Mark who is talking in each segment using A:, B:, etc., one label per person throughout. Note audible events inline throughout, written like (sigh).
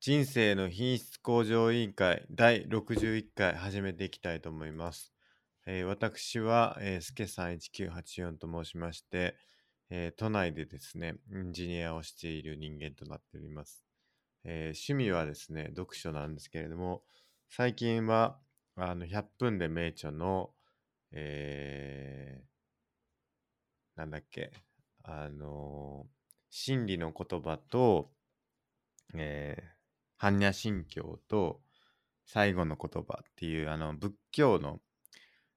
A: 人生の品質向上委員会第61回始めていきたいと思います。えー私は、えー、すけさん1984と申しまして、えー都内でですね、エンジニアをしている人間となっております。えー趣味はですね、読書なんですけれども、最近は、あの、100分で名著の、えーなんだっけ、あのー真理の言葉と、えー、般若心経と最後の言葉っていうあの仏教の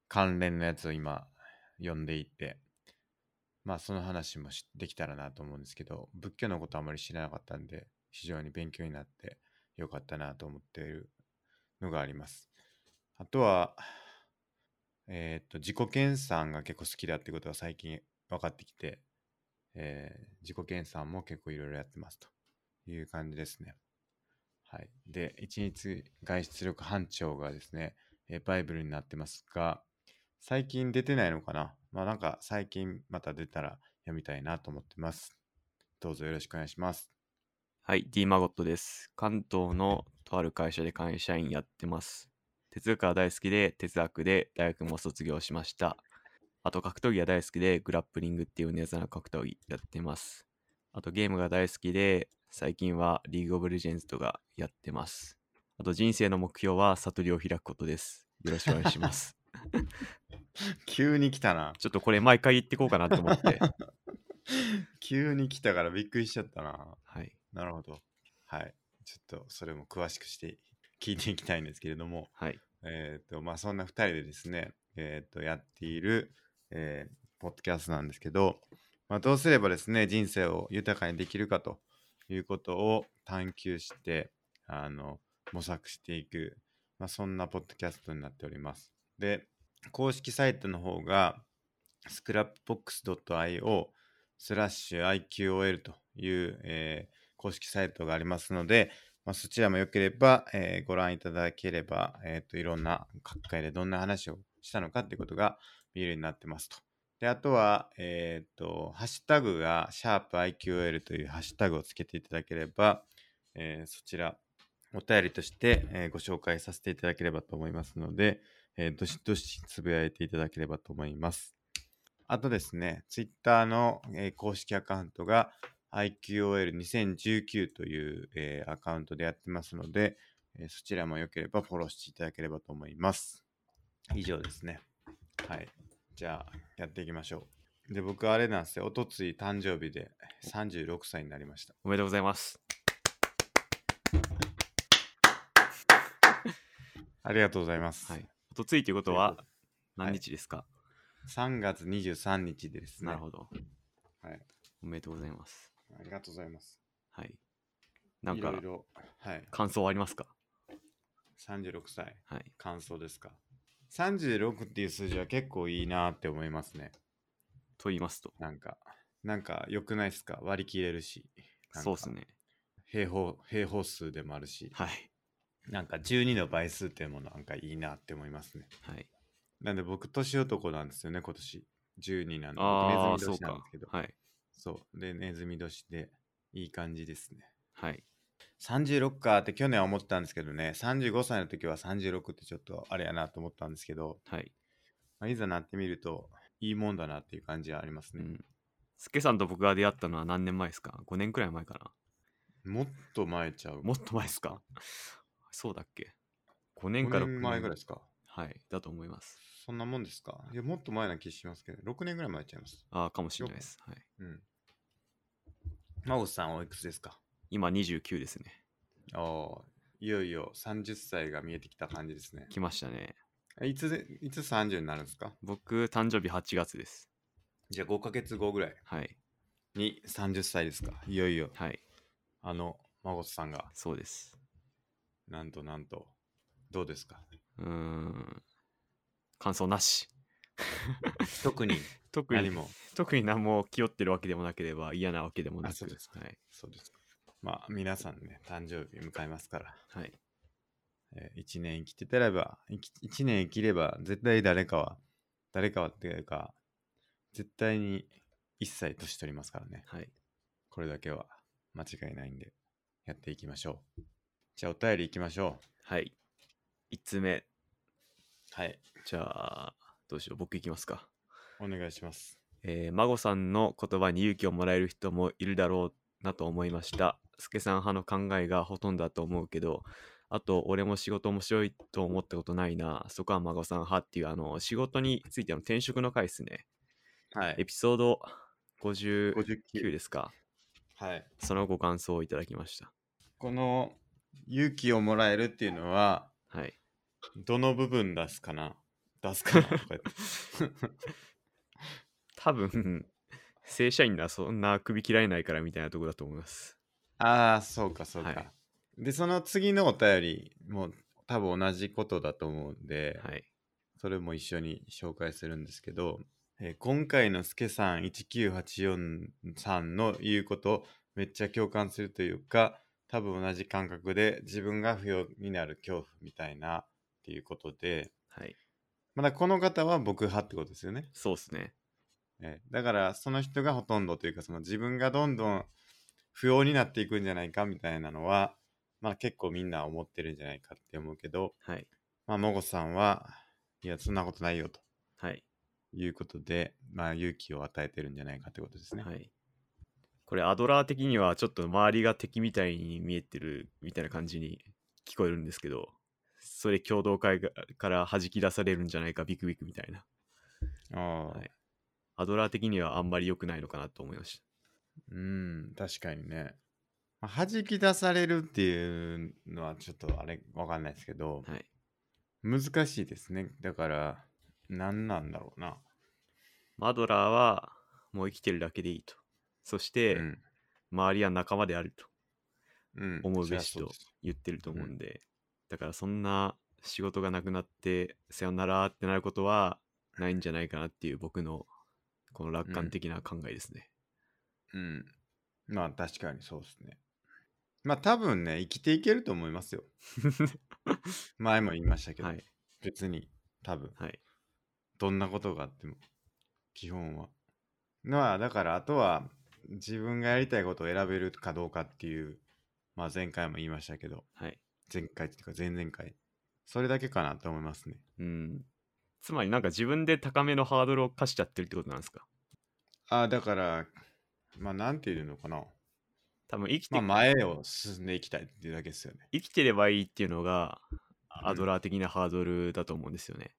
A: 関連のやつを今読んでいてまあその話もしできたらなと思うんですけど仏教のことあまり知らなかったんで非常に勉強になってよかったなと思っているのがありますあとはえーっと自己研鑽が結構好きだってことが最近分かってきて、えー自己研鑽も結構いろいろやってますという感じですね。はい。で、一日外出力班長がですね、えーバイブルになってますが、最近出てないのかなまあなんか最近また出たら読みたいなと思ってます。どうぞよろしくお願いします。
B: はい、D マゴットです。関東のとある会社で会社員やってます。哲学は大好きで、哲学で大学も卒業しました。あと格闘技は大好きで、グラップリングっていうネザの格闘技やってます。あとゲームが大好きで、最近はリーグオブレジェンズとかやってます。あと人生の目標は悟りを開くことです。よろしくお願いし
A: (laughs)
B: ます。
A: (laughs) 急に来たな。
B: ちょっとこれ毎回言ってこうかなと思
A: (laughs)
B: って。
A: 急に来たからびっくりしちゃったな。
B: はい。
A: なるほど。はい。ちょっとそれも詳しくして聞いていきたいんですけれども、
B: はい。
A: えっ、と、まあ、そんな2人でですね、えっ、と、やっている、えーポッドキャストなんですけど、まあ、どうすればですね、人生を豊かにできるかということを探求して、あの、模索していく、まあ、そんなポッドキャストになっております。で、公式サイトの方が、scrapbox.io スラッシュ IQOL という、えー公式サイトがありますので、まあ、そちらもよければ、えーご覧いただければ、えー、といろんな各界でどんな話をしたのかということが見えるようになってますと。で、あとは、えっ、と、ハッシュタグが、シャープ i q l というハッシュタグをつけていただければ、えーそちら、お便りとして、えーご紹介させていただければと思いますので、えーどしどしつぶやいていただければと思います。あとですね、ツイッターの、えー公式アカウントが、IQOL2019 という、えーアカウントでやってますので、えーそちらもよければフォローしていただければと思います。以上ですね。はい。じゃあ、やっていきましょう。で、僕、あれなんですよ。おとつい誕生日で36歳になりました。
B: おめでとうございます。
A: ありがとうございます。
B: はい。おとついということは何
A: はい
B: 日ですか、
A: 3月23日ですね。
B: なるほど。
A: はい。
B: おめでとうございます。
A: ありがとうございます。
B: はい。なん
A: い
B: か
A: ろい、ろ、はい。
B: 感想ありますか
A: 36歳、
B: はい。
A: 感想ですか。36っていう数字は結構いいなって思いますね。
B: と言いますと。
A: なんか、なんか良くないっすか割り切れるし。なんか
B: そうですね。
A: 平方、平方数でもあるし、
B: はい。
A: なんか12の倍数っていうものなんかいいなって思いますね。
B: はい。
A: なんで僕、年男なんですよね、今年。12なんで、
B: ああ、
A: 僕ネズ
B: そ
A: ミ
B: う
A: 年なん
B: か
A: ですけど。。
B: はい。
A: そう。で、ネズミ年で、いい感じですね。
B: はい。
A: 36かって去年は思ってたんですけどね、35歳の時は36ってちょっとあれやなと思ったんですけど、
B: はい。
A: まあ、いざなってみると、いいもんだなっていう感じはあります
B: う
A: ね。
B: ん。すけさんと僕が出会ったのは何年前ですか ?5 年くらい前かな。
A: もっと前ちゃう。
B: もっと前ですか (laughs) そうだっけ ?5
A: 5
B: 年から。
A: 年前ぐらいですすか。
B: はい。だと思います。
A: そんなもんですかいや、もっと前な気しますけど、6年ぐらい前ちゃいます。
B: ああ、かもしれないです。はい。
A: うん。真さんおいくつですか
B: 今29ですね。
A: ああ、いよいよ30歳が見えてきた感じですね。
B: 来ましたね。
A: えいつで、いつ30になるんですか
B: 僕、誕生日8月です。
A: じゃあ5ヶ月後ぐらい
B: はい。
A: に30歳ですかいよいよ、
B: はい。
A: あの、真さんが、
B: そうです。
A: なんとなんと、どうです (laughs) か
B: うーん。感想なし。
A: 特に
B: 特に
A: 何も。
B: 特に何も気負ってるわけでもなければ嫌なわけでもな
A: あ
B: く
A: そうですか
B: はい、
A: そうですか。まあ、皆さんね、誕生日迎えますから。
B: はい、
A: えー、1年生きてたれば、生き一年生きれば、絶対誰かは、誰かはっていうか、絶対に一歳年取りますからね。
B: はい、
A: これだけは間違いないんで、やっていきましょう。じゃあお便り行きましょ
B: はい。1つ目。
A: う。はい。
B: じゃあ、どうしよう。僕いきますか。
A: お願いします。
B: えー、孫さんの言葉に勇気をもらえる人もいるだろうなと思いました。助さん派の考えがほとんどだと思うけど、あと、俺も仕事面白いと思ったことないな。そこは孫さん派っていう、あの、仕事についての転職の回ですね。
A: は
B: エ。ピソード59
A: 59。
B: ですか。
A: はい。
B: そのご感想をいただきました。
A: この勇気をもらえるっていうのは、
B: はい。
A: どの部分出すかな出すかなとか言って
B: 多分、正社員だ、そんな首切られないからみたいなとこだと思います。
A: ああ、そうか、そうか。
B: はい
A: で、その次のお便りも多分同じことだと思うんで、
B: はい。
A: それも一緒に紹介するんですけど、えー今回のスケさん1984さんの言うことめっちゃ共感するというか多分同じ感覚で自分が不要になる恐怖みたいなっていうことで
B: はい。
A: まだこの方は僕派ってことですよね、
B: そうですね。
A: えーだからその人がほとんどというかその自分がどんどん不要になっていくんじゃないかみたいなのはまあ結構みんな思ってるんじゃないかって思うけど
B: はい。
A: まあもごさんはいやそんなことないよと
B: はい。
A: いうことで、まあ、勇気を与えてるんじゃないかってことですね。
B: はい。これ、アドラー的にはちょっと周りが敵みたいに見えてるみたいな感じに聞こえるんですけど、それ共同会がから弾き出されるんじゃないか、ビクビクみたいな。
A: ああ、
B: はいアドラー的にはあんまり良くないのかなと思いまし
A: うん、確かにね。まあ、弾き出されるっていうのはちょっとあれわかんないですけど、
B: た。はい。
A: 難しいですね。だから、何なんだろうな。
B: アドラーはもう生きてるだけでいいと。そして、
A: うん。
B: 周りは仲間であると
A: うん、
B: 思う
A: そり
B: べ
A: ゃ
B: し
A: そう
B: と
A: です
B: 言ってると思うんで、だからそんな仕事がなくなってさよならってなることはないんじゃないかなっていう僕のこの楽観的な考えですね、
A: うん。まあ、確かにそうですね。まあ、多分ね、生きていけると思い
B: (laughs)
A: ますよ。前も言いましたけど、
B: はい
A: 別に、多分。
B: はい
A: どんなことがあっても基本はまあだからあとは自分がやりたいことを選べるかどうかっていうまあ前回も言いましたけど
B: はい
A: 前回っていうか前々回それだけかなと思いますね
B: うんつまりなんか自分で高めのハードルを課しちゃってるってことなんですか
A: ああだからまあなんていうのかな
B: 多分生きて、
A: まあ前を進んでいきたいっていうだけですよね
B: 生きてればいいっていうのが
A: うん
B: アドラー的なハードルだと思うんですよね、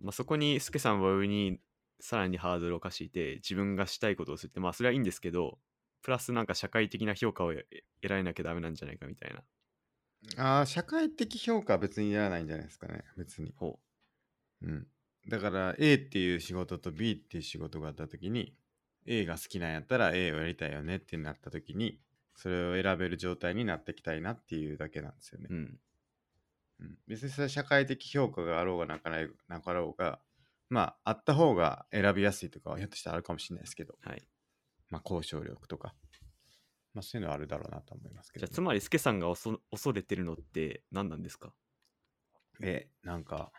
B: まあ、そこにスケさんは上にさらにハードルを課していて自分がしたいことをするってまあそれはいいんですけどプラスなんか社会的な評価を得得られなきゃダメなんじゃないかみたいな
A: ああ社会的評価は別にいらないんじゃないですかね別に
B: ほ
A: うんだから A っていう仕事と B っていう仕事があった時に A が好きなんやったら A をやりたいよねってなった時にそれを選べる状態になってきたいなっていうだけなんですよね
B: う、うん
A: うん別にそれは社会的評価があろうがなかろうなかろうがまああった方が選びやすいとかはひょっとしたらあるかもしれないですけど、
B: はい
A: まあ、交渉力とか、まあ、そういうのはあるだろうなと思いますけ
B: じ
A: ど
B: ゃ
A: ね、
B: あつまりスケさんが恐恐れてるのって何なんですか (laughs)
A: えなんか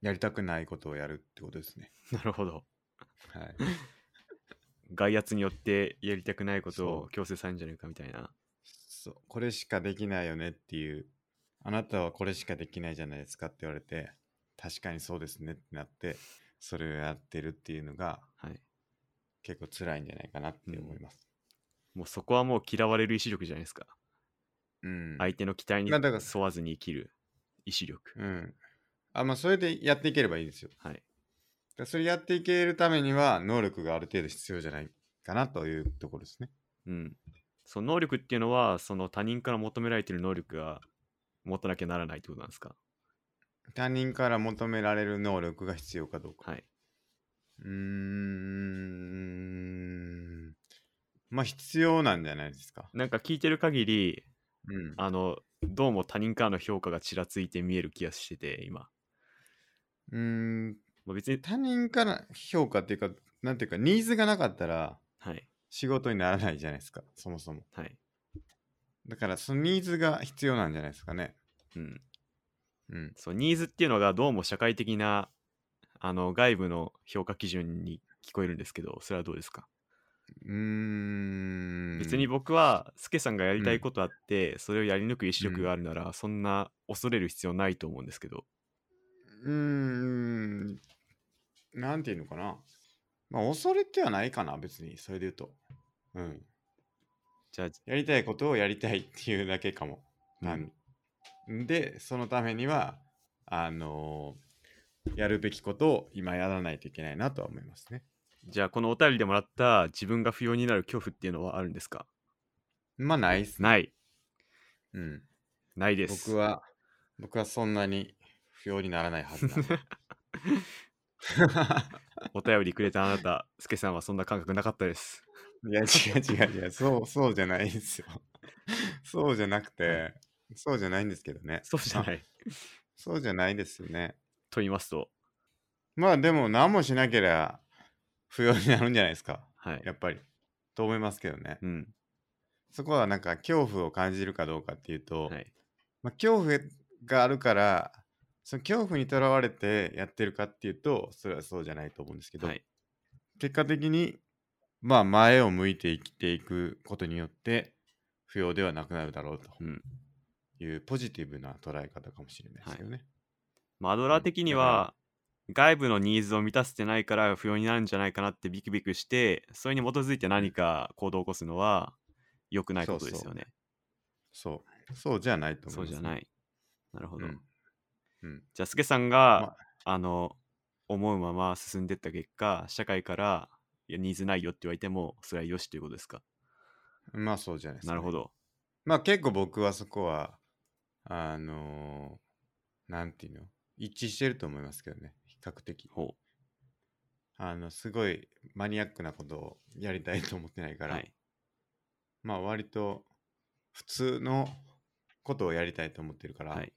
A: やりたくないことをやるってことですね
B: なるほど
A: (laughs) はい
B: 外圧によってやりたくないこと
A: そ
B: を
A: う
B: 強制されるんじゃないかみたいな
A: そうこれしかできないよねっていうあなたはこれしかできないじゃないですかって言われて確かにそうですねってなってそれをやってるっていうのが
B: はい
A: 結構辛いんじゃないかなって思います
B: もうそこはもう嫌われる意志力じゃないですか
A: うん、
B: 相手の期待に
A: まあだから
B: 沿わずに生きる意志力、
A: うん、あまあそれでやっていければいいですよだか
B: はい
A: らそれやっていけるためには能力がある程度必要じゃないかなというところですね
B: うん、その能力っていうのはその他人から求められてる能力が持たなきゃならないってことなんですか
A: 他人から求められる能力が必要かどうか
B: はいう
A: ーんまあ必要なんじゃないですか
B: なんか聞いてる限り
A: うん
B: あのどうも他人からの評価がちらついて見える気がしてて今、
A: うーん
B: まあ、別に
A: 他人から評価っていうか、なんていうか、ニーズがなかったら
B: はい
A: 仕事にならないじゃないですか、そもそも。
B: はい
A: だから、そのニーズが必要なんじゃないですかね。
B: うん
A: うん。
B: そうニーズっていうのがどうも社会的なあの外部の評価基準に聞こえるんですけどそれはどうですか
A: うーん。
B: 別に僕は、スケさんがやりたいことあって、それをやり抜く意志力があるなら、そんな恐れる必要ないと思うんですけど。
A: うーん。なんていうのかな。まあ、恐れてはないかな、別に、それで言うと。うん。
B: じゃあ、
A: やりたいことをやりたいっていうだけかも。単にで、そのためには、あのーやるべきことを今やらないといけないなとは思いますね。
B: じゃあこのお便りでもらった自分が不要になる恐怖っていうのはあるんですか
A: まあ、ないっすね。
B: ない。
A: うん。
B: ないです。
A: 僕は、僕はそんなに不要にならないはずなんで。
B: (laughs)
A: (laughs)
B: お便りくれたあなた、スケさんはそんな感覚なかった
A: (laughs)
B: です。
A: いや、違う違う違う。そう、そうじゃないんですよ。そうじゃなくて、そうじゃないんですけどね。。
B: そうじゃないい。
A: そうじゃないですよね。
B: と言いますと、
A: まあでも何もしなければ不要になるんじゃないですか。
B: はい。
A: やっぱり。と思いますけどね。
B: うん。
A: そこはなんか恐怖を感じるかどうかっていうと、
B: はい。
A: まあ、恐怖があるから、その恐怖にとらわれてやってるかっていうと、それはそうじゃないと思うんですけど、
B: はい。
A: 結果的に、まあ前を向いて生きていくことによって、不要ではなくなるだろうと。
B: うん。
A: いうポジティブな捉え方かもしれないですけどね。
B: マドラー的には、外部のニーズを満たせてないから不要になるんじゃないかなってビクビクして、それに基づいて何か行動を起こすのは良くないことですよね。
A: そう。そうじゃないと
B: そ
A: 思
B: う
A: います、
B: じゃない。なるほど。
A: うんうん
B: じゃあ、スケさんが、あの、思うまま進んでった結果、社会から、いや、ニーズないよって言われても、それはよしということですか。
A: まあそうじゃないです、
B: なるほ
A: ど。
B: ど。
A: まあ結構僕はそこは、あのーなんていうの一致してると思いますけどね。比較的。
B: ほ
A: あの、すごいマニアックなことをやりたいと思ってないか
B: う。
A: ら、
B: はい。
A: まあ割と普通のことをやりたいと思ってるから、
B: はい。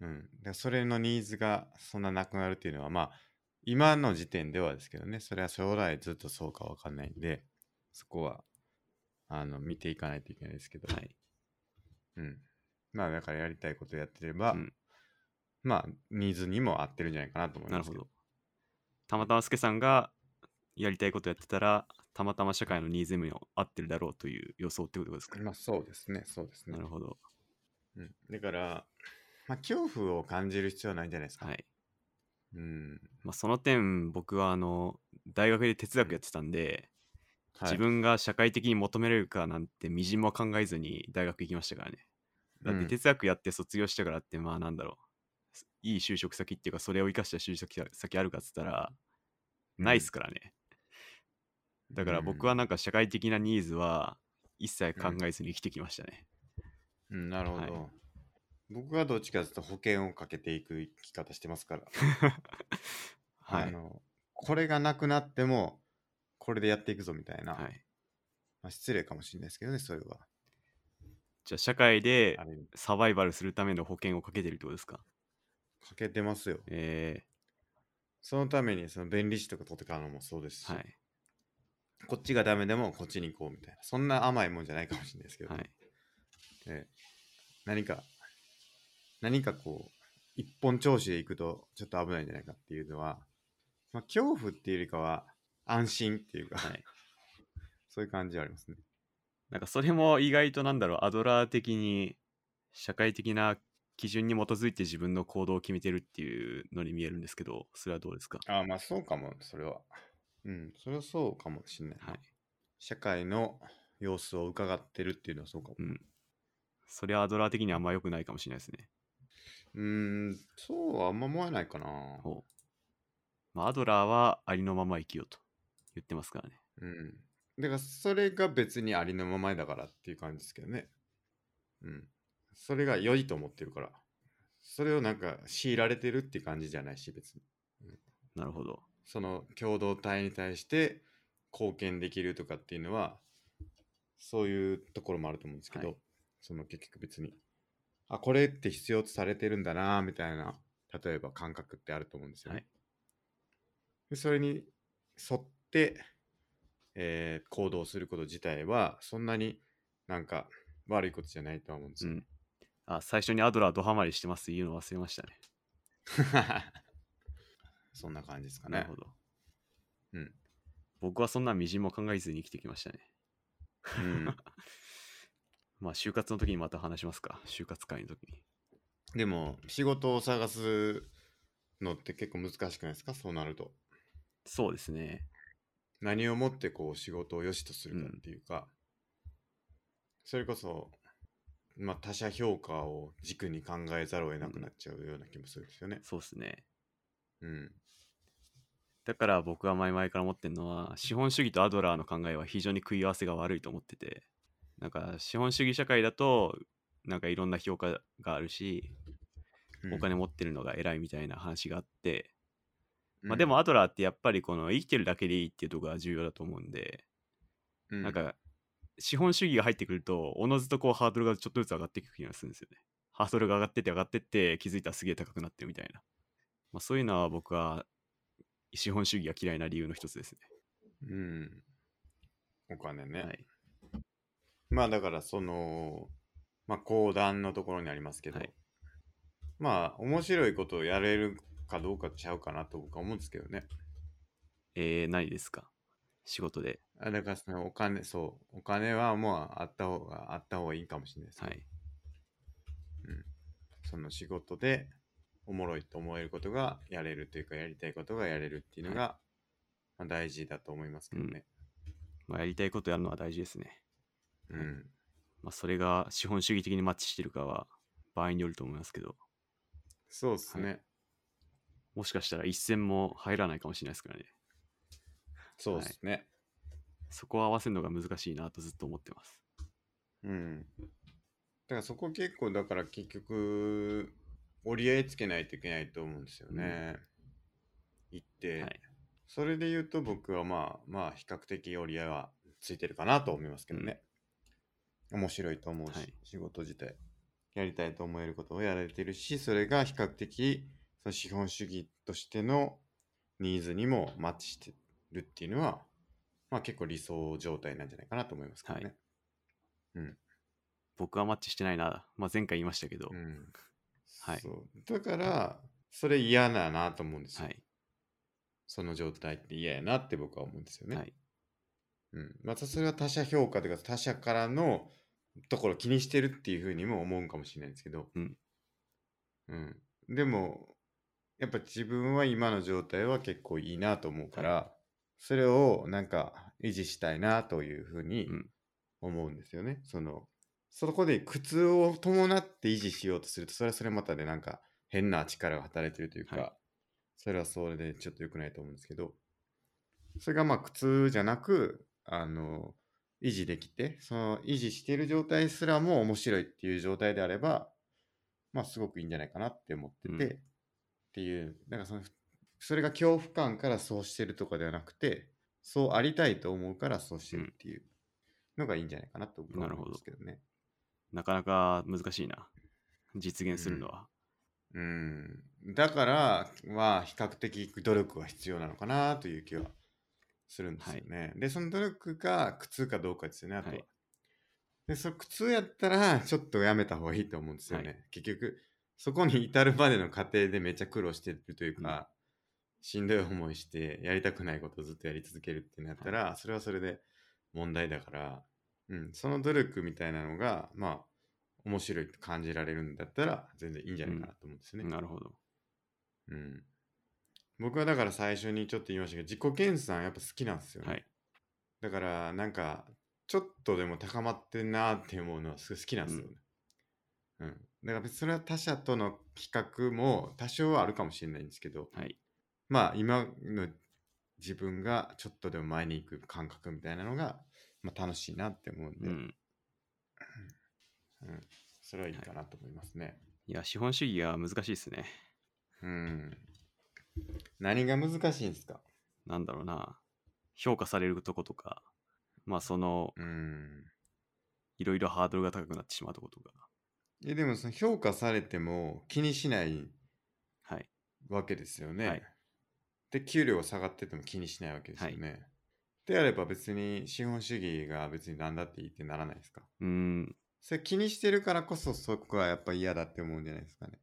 A: うん。でそれのニーズがそんななくなるっていうのは、まあ、今の時点ではですけどね、それは将来ずっとそうかわかんないんで、そこは、あの、見ていかないといけないですけど、
B: はい。
A: うん。まあ、だからやりたいことやってれば、
B: うん
A: まあ、ニーズにも合ってるんじゃないかなと思い
B: な
A: ま
B: る
A: す
B: ほ
A: けど。
B: ど。たまたまスケさんがやりたいことやってたら、たまたま社会のニーズにも合ってるだろうという予想ってことですか。
A: まあ、そうですね、そうですね
B: な。るほど。
A: うん、だから、まあ、恐怖を感じる必要はないんじゃないですか。
B: はい。
A: うん。
B: まあ、その点、僕は、あの、大学で哲学やってたんで、
A: はい
B: 自分が社会的に求められるかなんてみじんも考えずに大学行きましたからね。だっ
A: う
B: て
A: ん
B: 哲学やって卒業したからってまあなんだろう、すいい就職先っていうかそれを生かした就職先先あるかっつったらないっすからね。だから僕はなんか社会的なニーズは一切考えずに生きてきましたね。
A: うん、なるほど。
B: はい
A: 僕はどっちかというと保険をかけていく生き方してますから、
B: は
A: あ
B: い。
A: のこれがなくなってもこれでやっていくぞみたいな、
B: はい、
A: まあ、失礼かもしれないですけどねそれは
B: じゃあ社会で
A: ある意味
B: サバイバルするための保険をかけてるってことですか
A: かけてますよ
B: え
A: そのためにその弁理士とか取ってからのもそうですし、
B: ー、はい。
A: こっちがダメでもこっちに行こうみたいなそんな甘いもんじゃないかもしれないですけど、
B: はい。
A: ええ何か何かこう一本調子で行くとちょっと危ないんじゃないかっていうのは、まあ、恐怖っていうよりかは安心っていうか、
B: はい
A: (laughs) そういう感じはありますね
B: なんかそれも意外となんだろう、アドラー的に社会的な基準に基づいて自分の行動を決めてるっていうのに見えるんですけど、それはどうですか
A: ああ、まあそうかも、それは。うん、それはそうかもしれない。
B: はい。
A: 社会の様子を伺ってるっていうのはそうかも。
B: うん。それはアドラー的にはあんま良くないかもしれないですね。
A: うーん、そうはあんま思わないかな。
B: ほう。まあ、アドラーはありのまま生きようと言ってますからね。
A: うん。だからそれが別にありのままだからっていう感じですけどね。うん。それが良いと思ってるから。それをなんか強いられてるって感じじゃないし、別に。
B: なるほど。
A: その共同体に対して貢献できるとかっていうのはそういうところもあると思うんですけど、
B: はい
A: その結局別にあこれって必要とされてるんだなみたいな例えば感覚ってあると思うんですよね。
B: はい
A: でそれに沿って、えー行動すること自体はそんなになんか悪いことじゃないとは思うんです
B: う
A: よ。
B: ん。あ、最初にアドラードハマりしてますって言うの忘れましたね。
A: (laughs) そんな感じですかね。
B: なるほど。
A: うん
B: 僕はそんなみじんも考えずに生きてきましたね。
A: うん、
B: まあ、就活の時にまた話しますか。就活会の時に。
A: でも仕事を探すのって結構難しくないですかそうなると
B: そうですね。
A: 何をもってこう仕事を良しとするかっていうか、それこそ、まあ、他者評価を軸に考えざるを得なくなっちゃうような気もするんですよね。
B: そうですね。
A: うん、
B: だから僕は前々から思ってるのは、資本主義とアドラーの考えは非常に食い合わせが悪いと思ってて、なんか資本主義社会だと、なんかいろんな評価があるし、
A: うん
B: お金持ってるのが偉いみたいな話があって、ま
A: う
B: あ、でもアドラーってやっぱりこの生きてるだけでいいっていうところが重要だと思うんで、
A: う
B: なんか資本主義が入ってくるとおのずとこうハードルがちょっとずつ上がっていく気がするんですよねハードルが上がってって上がってって気づいたらすげえ高くなってるみたいな、まあ、そういうのは僕は資本主義が嫌いな理由の一つですね
A: うん、お金ね、
B: はい
A: まあだからその、まあ、講談のところにありますけど、
B: はい
A: まあ面白いことをやれるかどうかちゃうかなと僕は思うんですけどね。
B: えー、何ですか仕事で
A: あだからそのお金そうお金はもうあった方があった方がいいかもしれないですけ
B: は
A: ど、
B: い
A: その仕事でおもろいと思えることがやれるというかやりたいことがやれるっていうのが、まあ、大事だと思いますけどね。
B: まあ、やりたいことやるのは大事ですね、
A: うん、
B: まあ、それが資本主義的にマッチしてるかは場合によると思いますけど
A: そうですね、
B: はもしかしたら一銭も入らないかもしれないですからね
A: そうですね。
B: そこを合わせるのが難しいなとずっと思ってます
A: うん。だからそこ結構だから結局折り合いつけないといけないと思うんですよね。行って、
B: はい
A: それで言うと僕はまあまあ比較的折り合いはついてるかなと思いますけどね。面白いと思うし、
B: はい
A: 仕事自体やりたいと思えることをやられてるしそれが比較的その資本主義としてのニーズにもマッチしてるっていうのは、まあ、結構理想状態なんじゃないかなと思いますけどね。
B: はい僕はマッチしてないな、まあ、前回言いましたけど、
A: うん
B: はい
A: そうだからそれ嫌だなと思うんですよ、
B: はい、
A: その状態って嫌やなって僕は思うんですよね、
B: はい、
A: うん、またそれは他者評価というか他者からのところ気にしてるっていうふうにも思うんかもしれないんですけど、
B: うん
A: うんでもやっぱ自分は今の状態は結構いいなと思うから、それをなんか維持したいなというふうに
B: うん
A: 思うんですよね。そのそこで苦痛を伴って維持しようとするとそれはそれまたでなんか変な力が働いてるというか、
B: はい
A: それはそれでちょっと良くないと思うんですけどそれがまあ苦痛じゃなくあの維持できてその維持している状態すらも面白いっていう状態であればまあすごくいいんじゃないかなって思ってて、
B: うん
A: っていうなんかそのそれが恐怖感からそうしてるとかではなくてそうありたいと思うからそうしてるっていうのがいいんじゃないかなと僕は思うんですけどね。
B: なかなか難しいな実現するのは、
A: うんだからまあ比較的努力は必要なのかなという気はするんですよね。でその努力が苦痛かどうかですよねあとは。
B: はい
A: でその苦痛やったらちょっとやめた方がいいと思うんですよね。
B: は
A: 結局そこに至るまでの過程でめっちゃ苦労してるというか、しんどい思いしてやりたくないことをずっとやり続けるってなったら、それはそれで問題だから、うん、その努力みたいなのがまあ面白いって感じられるんだったら全然いいんじゃないかなと思うんですよね。
B: なるほど
A: うん。僕はだから最初にちょっと言いましたけど、自己研鑽やっぱ好きなんですよね。
B: はい
A: だからなんか、ちょっとでも高まってんなーって思うのはすごい好きなんですよね。うん。だから別にそれは他者との比較も多少はあるかもしれないんですけど、
B: はい
A: まあ今の自分がちょっとでも前に行く感覚みたいなのが、まあ、楽しいなって思うん
B: う
A: で、
B: ん
A: うんそれはいいかなと思いますね。
B: いや資本主義は難しいですね
A: うん。何が難しいんですか
B: なんだろうな評価されるとことかまあその
A: うん。
B: いろいろハードルが高くなってしまうとことか
A: えでもその評価されても気にしない
B: はい
A: わけですよね。
B: はい
A: で給料が下がってても気にしないわけですよね。であれば別に資本主義が別に何だっていいってならないですか
B: うーん
A: それ気にしてるからこそそこはやっぱ嫌だって思うんじゃないですかね。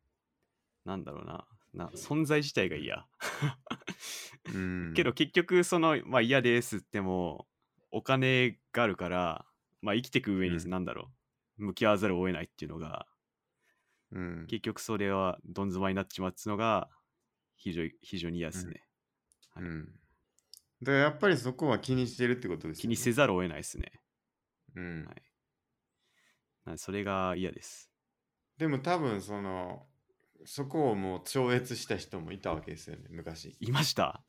B: なんだろうなな存在自体が嫌
A: うん
B: けど結局その、まあ、嫌ですってもお金があるから、まあ、生きていく上に
A: うん
B: なんだろう、向き合わざるを得ないっていうのが
A: うん
B: 結局それはどん詰まりになっちまうっていうのが非常に非常に嫌ですね、
A: うんだからやっぱりそこは気にしてるってことですよね
B: 気にせざるを得ないですね
A: うん
B: はいなんでそれが嫌です (laughs)
A: でも多分そのそこをもう超越した人もいたわけですよね昔
B: いました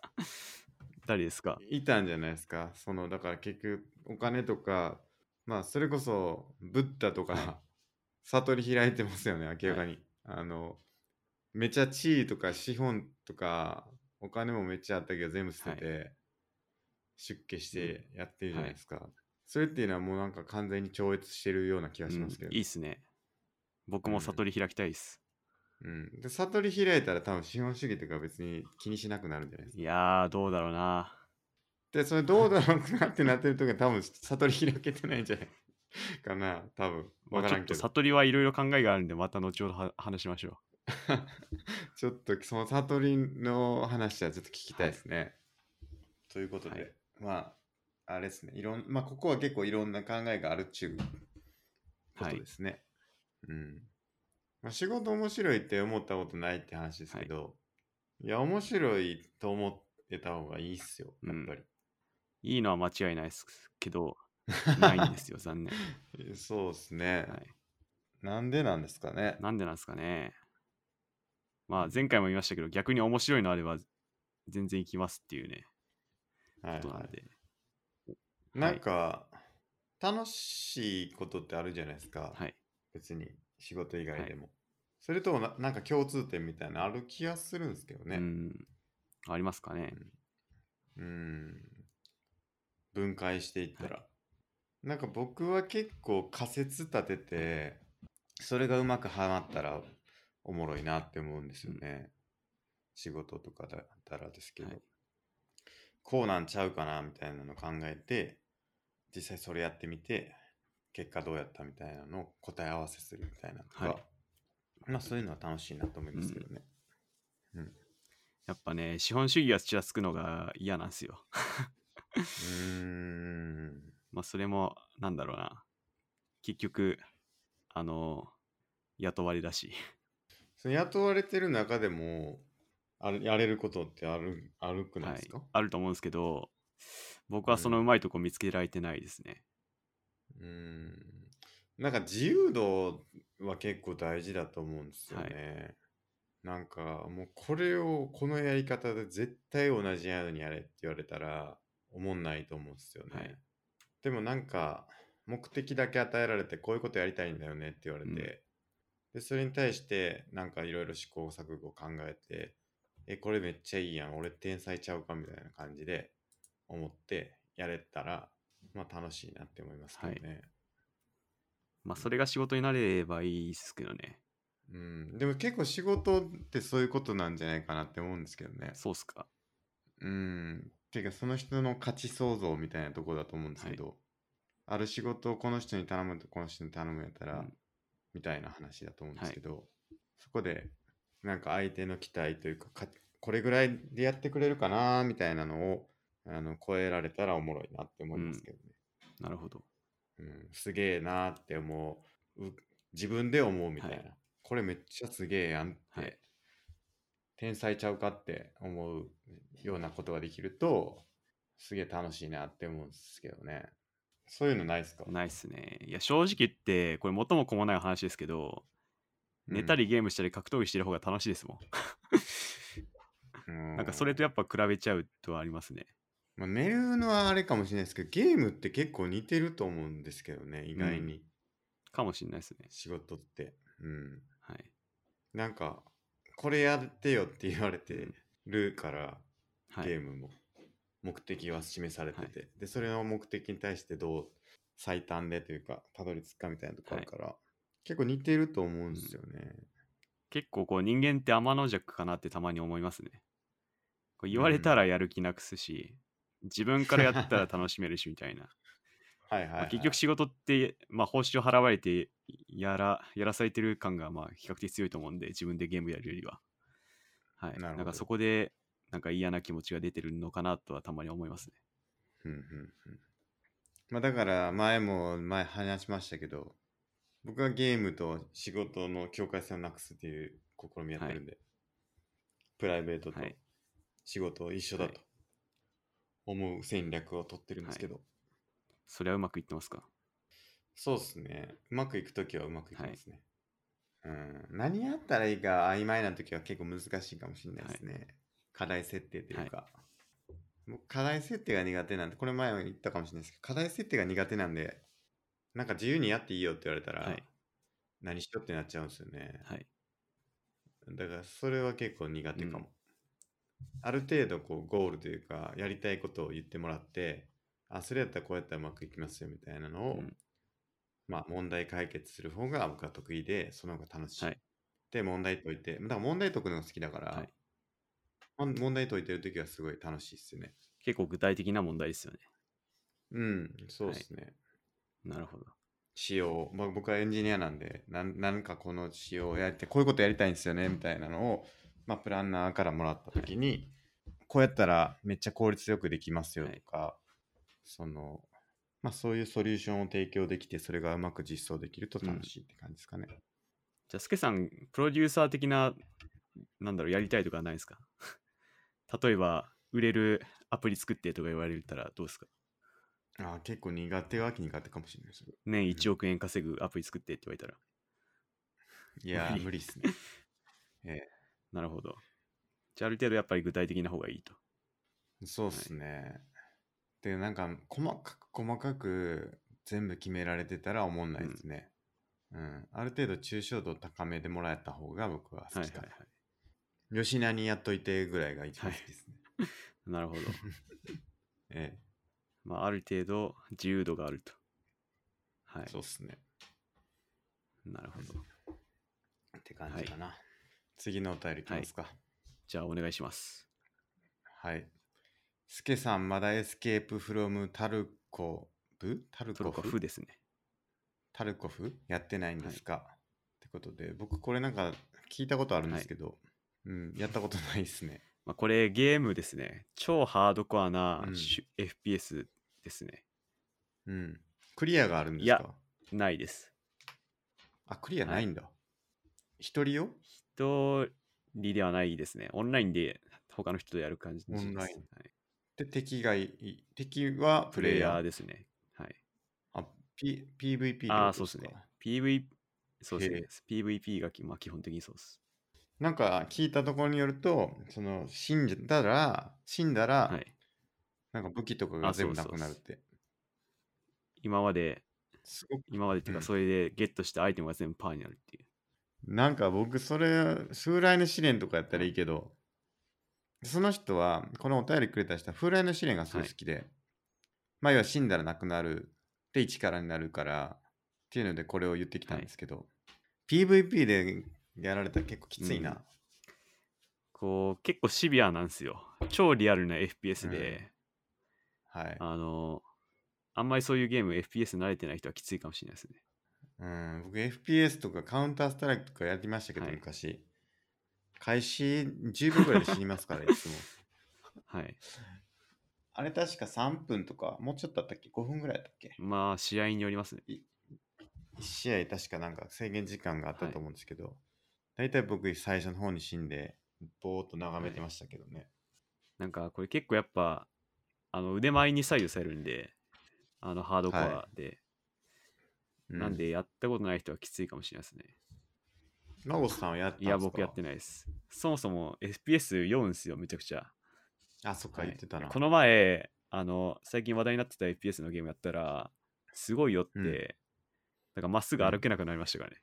B: (laughs) 誰ですか
A: いたんじゃないですかそのだから結局お金とかまあそれこそブッダとか悟り開いてますよね明らかに、あのめちゃ地位とか資本とかお金もめっちゃあったけど全部捨てて、出家してやってるじゃないですか、それっていうのはもうなんか完全に超越してるような気がしますけど、
B: うんいいっすね僕も悟り開きたいです、
A: うん、で悟り開いたら多分資本主義とか別に気にしなくなるんじゃないですか。
B: いやーどうだろうな
A: で、それどうだろうなってなってる時は多分悟り開けてないんじゃないかな、多分。
B: ま
A: わ
B: あ
A: か
B: ち
A: ら
B: ょっ
A: んけ
B: と
A: ど。
B: 悟りはいろいろ考えがあるんでまた後ほどは話しましょ
A: ちょっとその悟りの話はちょっと聞きたいですね。ということで、
B: はい
A: まあ、あれですね、いろん、まあ、ここは結構いろんな考えがあるっちゅう
B: う
A: こ
B: は
A: と
B: い
A: ですね。うん。まあ、仕事面白いって思ったことないって話ですけど、い、や、面白いと思ってた方がいいっすよ、やっぱり。
B: いいのは間違いないですけどないんですよ残念、
A: そうですね、
B: はい、
A: なんでなんですかね。
B: なんでなんですかねまあ前回も言いましたけど逆に面白いのあれば全然いきますっていうね
A: はい
B: ことなん
A: は
B: で
A: い、なんか、楽しいことってあるじゃないですか。
B: はい
A: 別に仕事以外でも。それともななんか共通点みたいなのある気がするんですけどね。
B: うんありますかね
A: うん分解していったら、なんか僕は結構仮説立ててそれがうまくはまったらおもろいなって思うんですよね、仕事とかだったらですけど、
B: はい
A: こうなんちゃうかなみたいなの考えて実際それやってみて結果どうやったみたいなのを答え合わせするみたいなのとか、
B: はい
A: まあそういうのは楽しいなと思いますけどね、
B: やっぱね資本主義がちらつくのが嫌なんですよ
A: うーん
B: まあそれもなんだろうな結局あの雇われだし
A: その雇われてる中でもあれやれることってあるあるくないですか、
B: はい、あると思うんですけど僕はその
A: う
B: うんまいとこ見つけられてないですね、
A: うーんなんか自由度は結構大事だと思うんですよね。なんかもうこれをこのやり方で絶対同じやのにやれって言われたら思んないと思うんですよね。
B: はい
A: でもなんか目的だけ与えられてこういうことやりたいんだよねって言われて、
B: うん
A: でそれに対してなんかいろいろ試行錯誤考えてえこれめっちゃいいやん俺天才ちゃうかみたいな感じで思ってやれたらまあ楽しいなって思いますけどね。
B: まあそれが仕事になればいいですけどね
A: うん、でも結構仕事ってそういうことなんじゃないかなって思うんですけどね。
B: そうっすか
A: うん。てかその人の価値創造みたいなとこだと思うんですけど、ある仕事をこの人に頼むとこの人に頼むやったら、
B: うん
A: みたいな話だと思うんですけど、そこでなんか相手の期待というかかこれぐらいでやってくれるかなみたいなのをあの超えられたらおもろいなって思いますけどね。
B: なるほど
A: うん、すげえなーって思うう自分で思うみたいな、
B: はい
A: これめっちゃすげえやんって、
B: はい
A: 天才ちゃうかって思うようなことができるとすげえ楽しいなって思うんですけどねそういうのないですか、
B: ないっすねいや正直言ってこれ元も子もない話ですけど、寝たりゲームしたり格闘技してる方が楽しいですもんなんかそれと
A: や
B: やっぱ比べちゃうとはありますね
A: まあ、寝るのはあれかもしれないですけどゲームって結構似てると思うんですけどね意外に、
B: かもしんないですね
A: 仕事ってうん
B: はい
A: なんかこれやってよって言われてるから、
B: はい
A: ゲームも目的は示されて
B: はい
A: て、でそれの目的に対してどう最短でというかたどり着くかみたいなとこあるから、結構似てると思うんですよね、
B: 結構こう人間って天の弱かなってたまに思いますね。こう言われたらやる気なくすし、自分からやったら楽しめるしみたいな。
A: はいはい、
B: ま
A: は
B: あ
A: い、
B: 結局仕事って、まあ、報酬を払われてやらやらされてる感がまあ比較的強いと思うんで、自分でゲームやるよりは。はい。
A: なるほど
B: んかそこで、なんか嫌な気持ちが出てるのかなとはたまに思いますね。
A: うんうんうんまあだから前も前話しましたけど僕はゲームと仕事の境界線をなくすっていう試みやってるんで、プライベートと
B: はい
A: 仕事を一緒だ
B: は
A: と思う戦略を取ってるんですけど、
B: それはうまくいってますか
A: そうですねうまくいくときはうまくいきますね、うん何やったらいいか曖昧なときは結構難しいかもしれないですね、課題設定というか、僕課題設定が苦手なんでこれ前も言ったかもしれないですけど課題設定が苦手なんでなんか自由にやっていいよって言われたら、
B: はい
A: 何しようってなっちゃうんですよね
B: はい。
A: だからそれは結構苦手かも、ある程度こうゴールというかやりたいことを言ってもらってあそれやったらこうやったらうまくいきますよみたいなのを、
B: うん
A: まあ問題解決する方が僕は得意でその方が楽しい、
B: はい
A: で問題解いてだから問題解くのが好きだから、
B: はい
A: まあ問題解いてる時はすごい楽しいですよね
B: 結構具体的な問題ですよね。
A: うんそうですね、
B: なるほど。
A: 仕様を、まあ、僕はエンジニアなんでなんなんかこの仕様をやりたいこういうことやりたいんですよねみたいなのを、まあ、プランナーからもらった時に、こうやったらめっちゃ効率よくできますよとか、そのまあ、そういうソリューションを提供できてそれがうまく実装できると楽しいって感じですかね、
B: じゃあ、スケさん、プロデューサー的な、なんだろう、やりたいとかはないですか (laughs) 例えば、売れるアプリ作ってとか言われたらどうですか
A: あー結構苦手は苦手かもしれないです
B: 年1億円稼ぐアプリ作ってって言われたら。
A: いやー無
B: 無
A: 理っすね
B: なるほど。じゃあ、ある程度やっぱり具体的な方がいいと。
A: そうっすね、でなんか細かく細かく全部決められてたら思んないですね、うんある程度抽象度高めでもらえた方が僕は好
B: はい
A: き
B: はい
A: か
B: は
A: な、吉なにやっといてぐらいが一番好きですね、
B: い。なる
A: (laughs)
B: ほど。
A: え
B: まあ、ある程度自由度があると。は
A: え
B: い。
A: そうっすね
B: なるほど。
A: って感じかな、次のお便りいきますか
B: じゃあ、お願いします。
A: はいすけ、さんまだエスケープフロムタルコブタル
B: ト
A: コ
B: ルコ
A: フ
B: フですね。
A: タルコフやってないんですか、ってことで僕これなんか聞いたことあるんですけど、うんやったことないですね
B: まあ、これゲームですね。超ハードコアな、
A: うん
B: しゅ FPS ですね。
A: うん。クリアがあるんですか
B: いやないです。
A: あ、クリアないんだ。一人用
B: 一人ではないですね。オンラインで他の人とやる感じです。
A: オンライン
B: はい
A: で、敵がいい、敵はプ
B: プ
A: レ
B: レ
A: イ
B: イ
A: ヤ
B: ヤ
A: ーで。
B: ーですね。はい。
A: あ、P、PVP ってこと
B: ああ、そうですね
A: か。
B: PV、そう
A: へえ
B: ですね。PVP がき、まあ、基本的にそうです。
A: なんか聞いたところによると、その、死んだら、死んだら、
B: はい。
A: なんか武器とかが全部
B: あ
A: な
B: そうそう
A: くなるって。
B: 今まで、
A: すごく、
B: 今までっていう
A: うん
B: か、それでゲットしたアイテムが全部パーになるっていう。
A: なんか僕、それ、風来の試練とかやったらいいけど、その人は、このお便りくれた人は、風来の試練がすごい好きで、まあ、要は死んだらなくなる、で、一からになるから、っていうので、これを言ってきたんですけど、PVP でやられたら結構きついな。
B: うんこう、結構シビアなんですよ。超リアルな FPS
A: う
B: で、
A: はい。
B: あの、あんまりそういうゲーム、FPS 慣れてない人はきついかもしれないですね。
A: うん、僕、FPS とかカウンターストライクとかやりましたけど、
B: はい
A: 昔。開始10秒ぐらいで死にますから、い
B: (laughs)
A: つも。
B: はい。
A: あれ確か3分とか、もうちょっとだったっけ ?5 分ぐらいだったっけ
B: まあ、試合によりますね。
A: 1試合確かなんか制限時間があったと思うんですけど、大体僕最初の方に死んでぼーっと眺めてましたけどね、
B: なんか、これ結構やっぱ、あの腕前に左右されるんで、あのハードコアで、
A: う
B: なんでやったことない人はきついかもしれないですね。
A: マゴスさんはやったんです
B: い
A: か
B: や、僕やってないです。そもそも FPS 読むんですよ、めちゃくちゃ。
A: あそっか
B: はい
A: 言ってたな、
B: この前、あの、最近話題になってた FPS のゲームやったら、すごいよって、
A: うん
B: なんかまっすぐ歩けなくなりましたからね。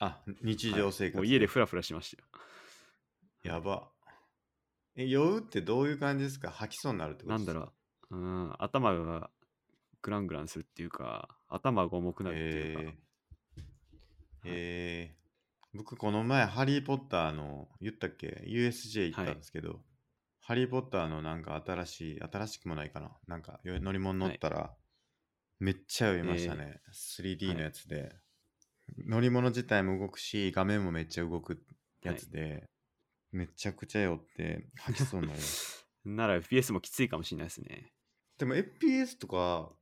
A: あ日常生活、
B: もう家でフラフラしましたよ。
A: やばえ酔うってどういう感じですか吐きそうになるってこと
B: な
A: で
B: ん
A: すか
B: だろう、うん、頭がグラングランするっていうか、頭が重くなるっていうか、
A: えーえー僕この前ハリー・ポッターの言ったっけ USJ 行ったんですけど、ハリー・ポッターのなんか新しい新しくもないかななんかよ乗り物乗ったら、めっちゃ酔いましたね、3D のやつで、乗り物自体も動くし画面もめっちゃ動くやつで、めちゃくちゃ酔って吐きそうになり
B: (laughs)
A: ます
B: なら FPS もきついかもしれないですね。
A: でも FPS とか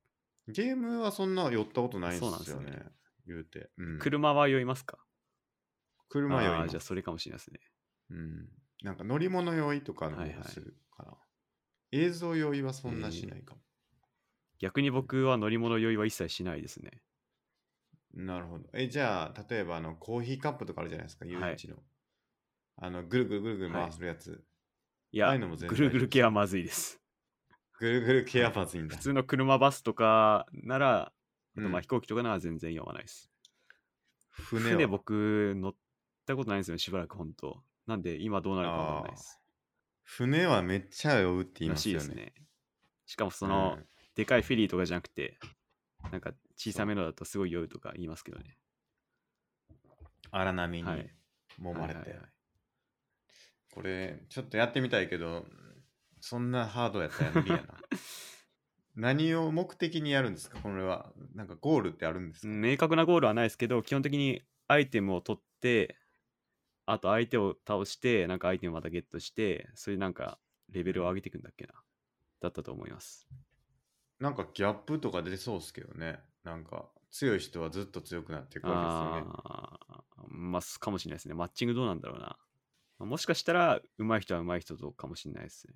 A: ゲームはそんな酔ったことないんで
B: そ
A: す
B: う
A: よ
B: なん
A: ね
B: ですよ
A: 言うて、うん、
B: 車は酔いますか
A: 車酔い
B: あ
A: ま
B: ー
A: す
B: じゃあそれかもしれないですね。
A: うん、なんか乗り物酔いとかの
B: はいはい
A: 方がするかな、映像酔いはそんなしないかも、
B: 逆に僕は乗り物酔いは一切しないですね。
A: なるほどえじゃあ例えばあのコーヒーカップとかあるじゃないですか遊
B: はい
A: 園地の、あのぐるぐるぐるぐる回すやつ、
B: い
A: ああ
B: や、
A: いうのも全然
B: ぐるぐる系はまずいです。
A: ぐるぐるケアパズいんだ
B: 普通の車バスとかなら、
A: うん
B: まあ飛行機とかなら全然酔わないです。
A: 船
B: 船
A: は
B: 僕乗ったことないんですよね、しばらく本当。なんで今どうなるかわかんないです。
A: 船はめっちゃ酔うって言い
B: ら
A: ま
B: し
A: す
B: いで
A: よ
B: す
A: ね
B: ね。しかもその、
A: うん
B: でかいフェリーとかじゃなくて、なんか小さめのだとすごい酔うとか言いますけどね。
A: 荒波に
B: はい
A: 揉まれて、
B: はいはいはい
A: これちょっとやってみたいけどそんなハードやったら無理や
B: (laughs)
A: な何を目的にやるんですかこれはなんかゴールってあるんですか、
B: 明確なゴールはないですけど、基本的にアイテムを取って、あと相手を倒して、なんかアイテムをまたゲットして、それでなんかレベルを上げていくんだっけな。だったと思います。
A: なんかギャップとか出そうっすけどね。なんか強い人はずっと強くなっていくわけですよね。
B: ああー、まあ、すかもしれないですね。マッチングどうなんだろうな。まあもしかしたら、上手い人は上手い人とかもしれないですね。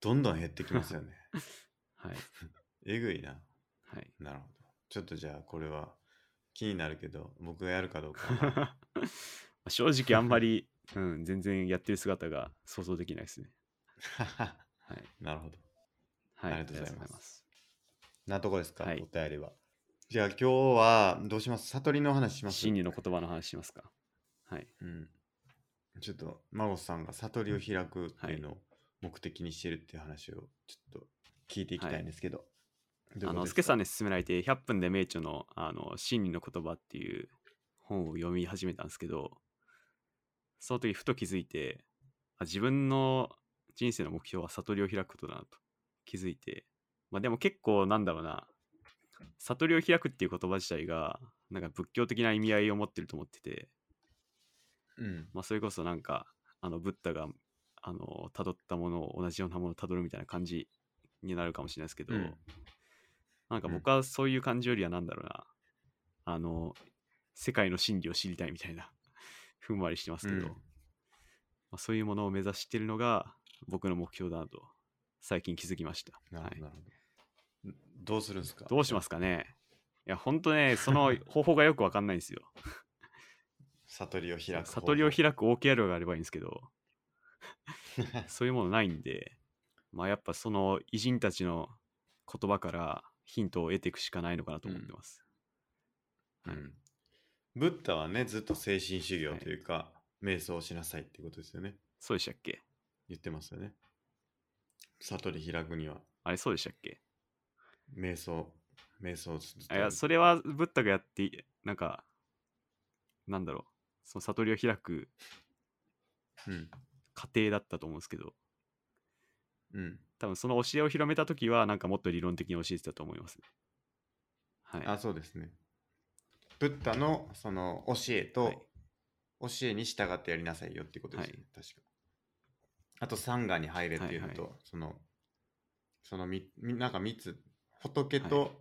A: どんどん減ってきますよ
B: (laughs)
A: ね。
B: はい。
A: えぐいな。 (laughs)
B: はい。
A: なるほど。ちょっとじゃあこれは気になるけど、僕がやるかどう
B: (laughs)
A: かわからない。
B: 正直あんまり、うん、全然やってる姿が想像できないですね。はい。
A: なるほど。
B: はい、
A: ありがとうございます
B: ありがとうございます。
A: なとこですか、
B: はい
A: お便りは。じゃあ今日はどうします悟りの話します
B: 真理の言葉の話しますか。はい。
A: うん。ちょっと、孫さんが悟りを開くっていうのを目的にしてるっていう話をちょっと聞いていきたいんですけど。どうい
B: あ
A: うこと
B: の、
A: ですす
B: け
A: か
B: さんに勧められて、100分で名著の、あの、真理の言葉っていう本を読み始めたんですけど、その時ふと気づいて、あ自分の人生の目標は悟りを開くことだなと気づいて、まあでも結構なんだろうな、悟りを開くっていう言葉自体が、なんか仏教的な意味合いを持ってると思ってて、
A: うん。
B: まあ、それこそなんかあのブッダがあの辿ったものを同じようなものを辿るみたいな感じになるかもしれないですけど、
A: うん
B: なんか
A: うん
B: 僕はそういう感じよりはなんだろうな、あの世界の真理を知りたいみたいな (laughs) ふんわりしてますけど、
A: うん
B: まあ、そういうものを目指してるのが僕の目標だなと最近気づきました。
A: なる
B: は
A: ほ
B: い
A: ど、なるほど。んどうするんですか
B: どうし
A: ます
B: ますかねいや本当ねそ
A: (laughs)
B: の方法がよくわかんないんですよ。
A: 悟りを開く方法。
B: 悟りを開く OKR があればいいんです
A: (laughs)
B: けどそういうものないんでまあやっぱその偉人たちの言葉からヒントを得ていくしかないのかなと思ってます、
A: うん。ブッダはね、ずっと精神修行というか、瞑想をしなさいってことですよね。
B: そうでしたっけ
A: 言ってますよね。悟り開くには、
B: あれそうでしたっけ
A: 瞑想、瞑想をずっと
B: あいやそれはブッダがやってなんかなんだろうその悟りを開く
A: うん。
B: 過程だったと思うんですけど
A: うん。
B: 多分その教えを広めた時はなんかもっと理論的に教えてたと思いますねはい
A: あ、そうですね。ブッダのその教えと、
B: はい
A: 教えに従ってやりなさいよってことですよね、確か。あと、サンガに入れっていうのと、
B: は
A: その、そのみ、みなんか3つ、仏と、
B: はい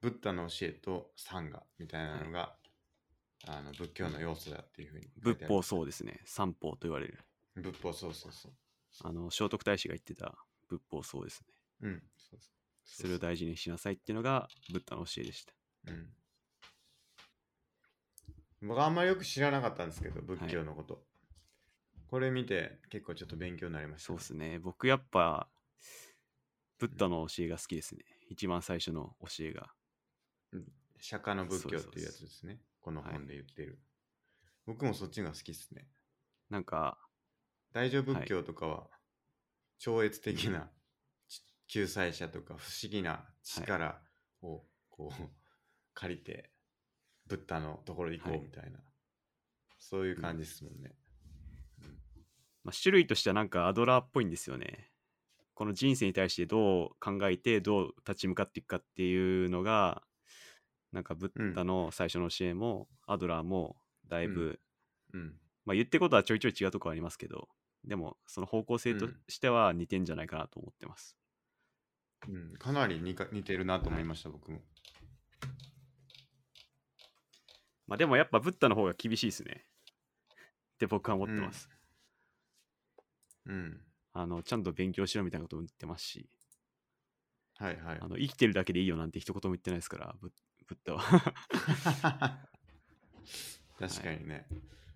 A: ブッダの教えとサンガみたいなのが、あの仏教の要素だっていうふうに書いて
B: 仏
A: ある。
B: 法そうですね三法と言われる
A: 仏法、そうそうそう。
B: あの聖徳太子が言ってた仏法そうですね
A: うん、そうそう
B: それを大事にしなさいっていうのがブッダの教えでした。
A: うん。僕はあんまりよく知らなかったんですけど、仏教のこと。これ見て結構ちょっと勉強になりました
B: そう
A: ね、
B: ですね。僕やっぱ、ブッダの教えが好きですね。一番最初の教えが。
A: 釈迦の仏教
B: そ
A: っ
B: うそうそう
A: ていうやつですね。この
B: はい
A: 本で言ってる。僕もそっちが好きですね。
B: なんか、
A: 大乗
B: は
A: 仏
B: い
A: 教とかは超越的なち救済者とか不思議な力をこう借りてブッダのところに行こ
B: は
A: う
B: い
A: みたいな、そういう感じですもんね。
B: まあ、種類としてはなんかアドラーっぽいんですよね。この人生に対してどう考えてどう立ち向かっていくかっていうのがなんかブッダの最初の教えもアドラーもだいぶ
A: うん。
B: まあ、言ってることはちょいちょい違うところありますけど、でも、その方向性と
A: うん
B: しては似てんじゃないかなと思ってます。
A: うん、かなり似か似てるなと思いました、僕も。
B: まあ、でもやっぱブッダの方が厳しいですね。って僕は思ってます。
A: うん。
B: あの、ちゃんと勉強しろみたいなことも言ってますし、
A: はい
B: (laughs)
A: はい
B: あ。の生きてるだけでいいよなんて一言も言ってないですから、ブッブッダは。
A: 確かにね。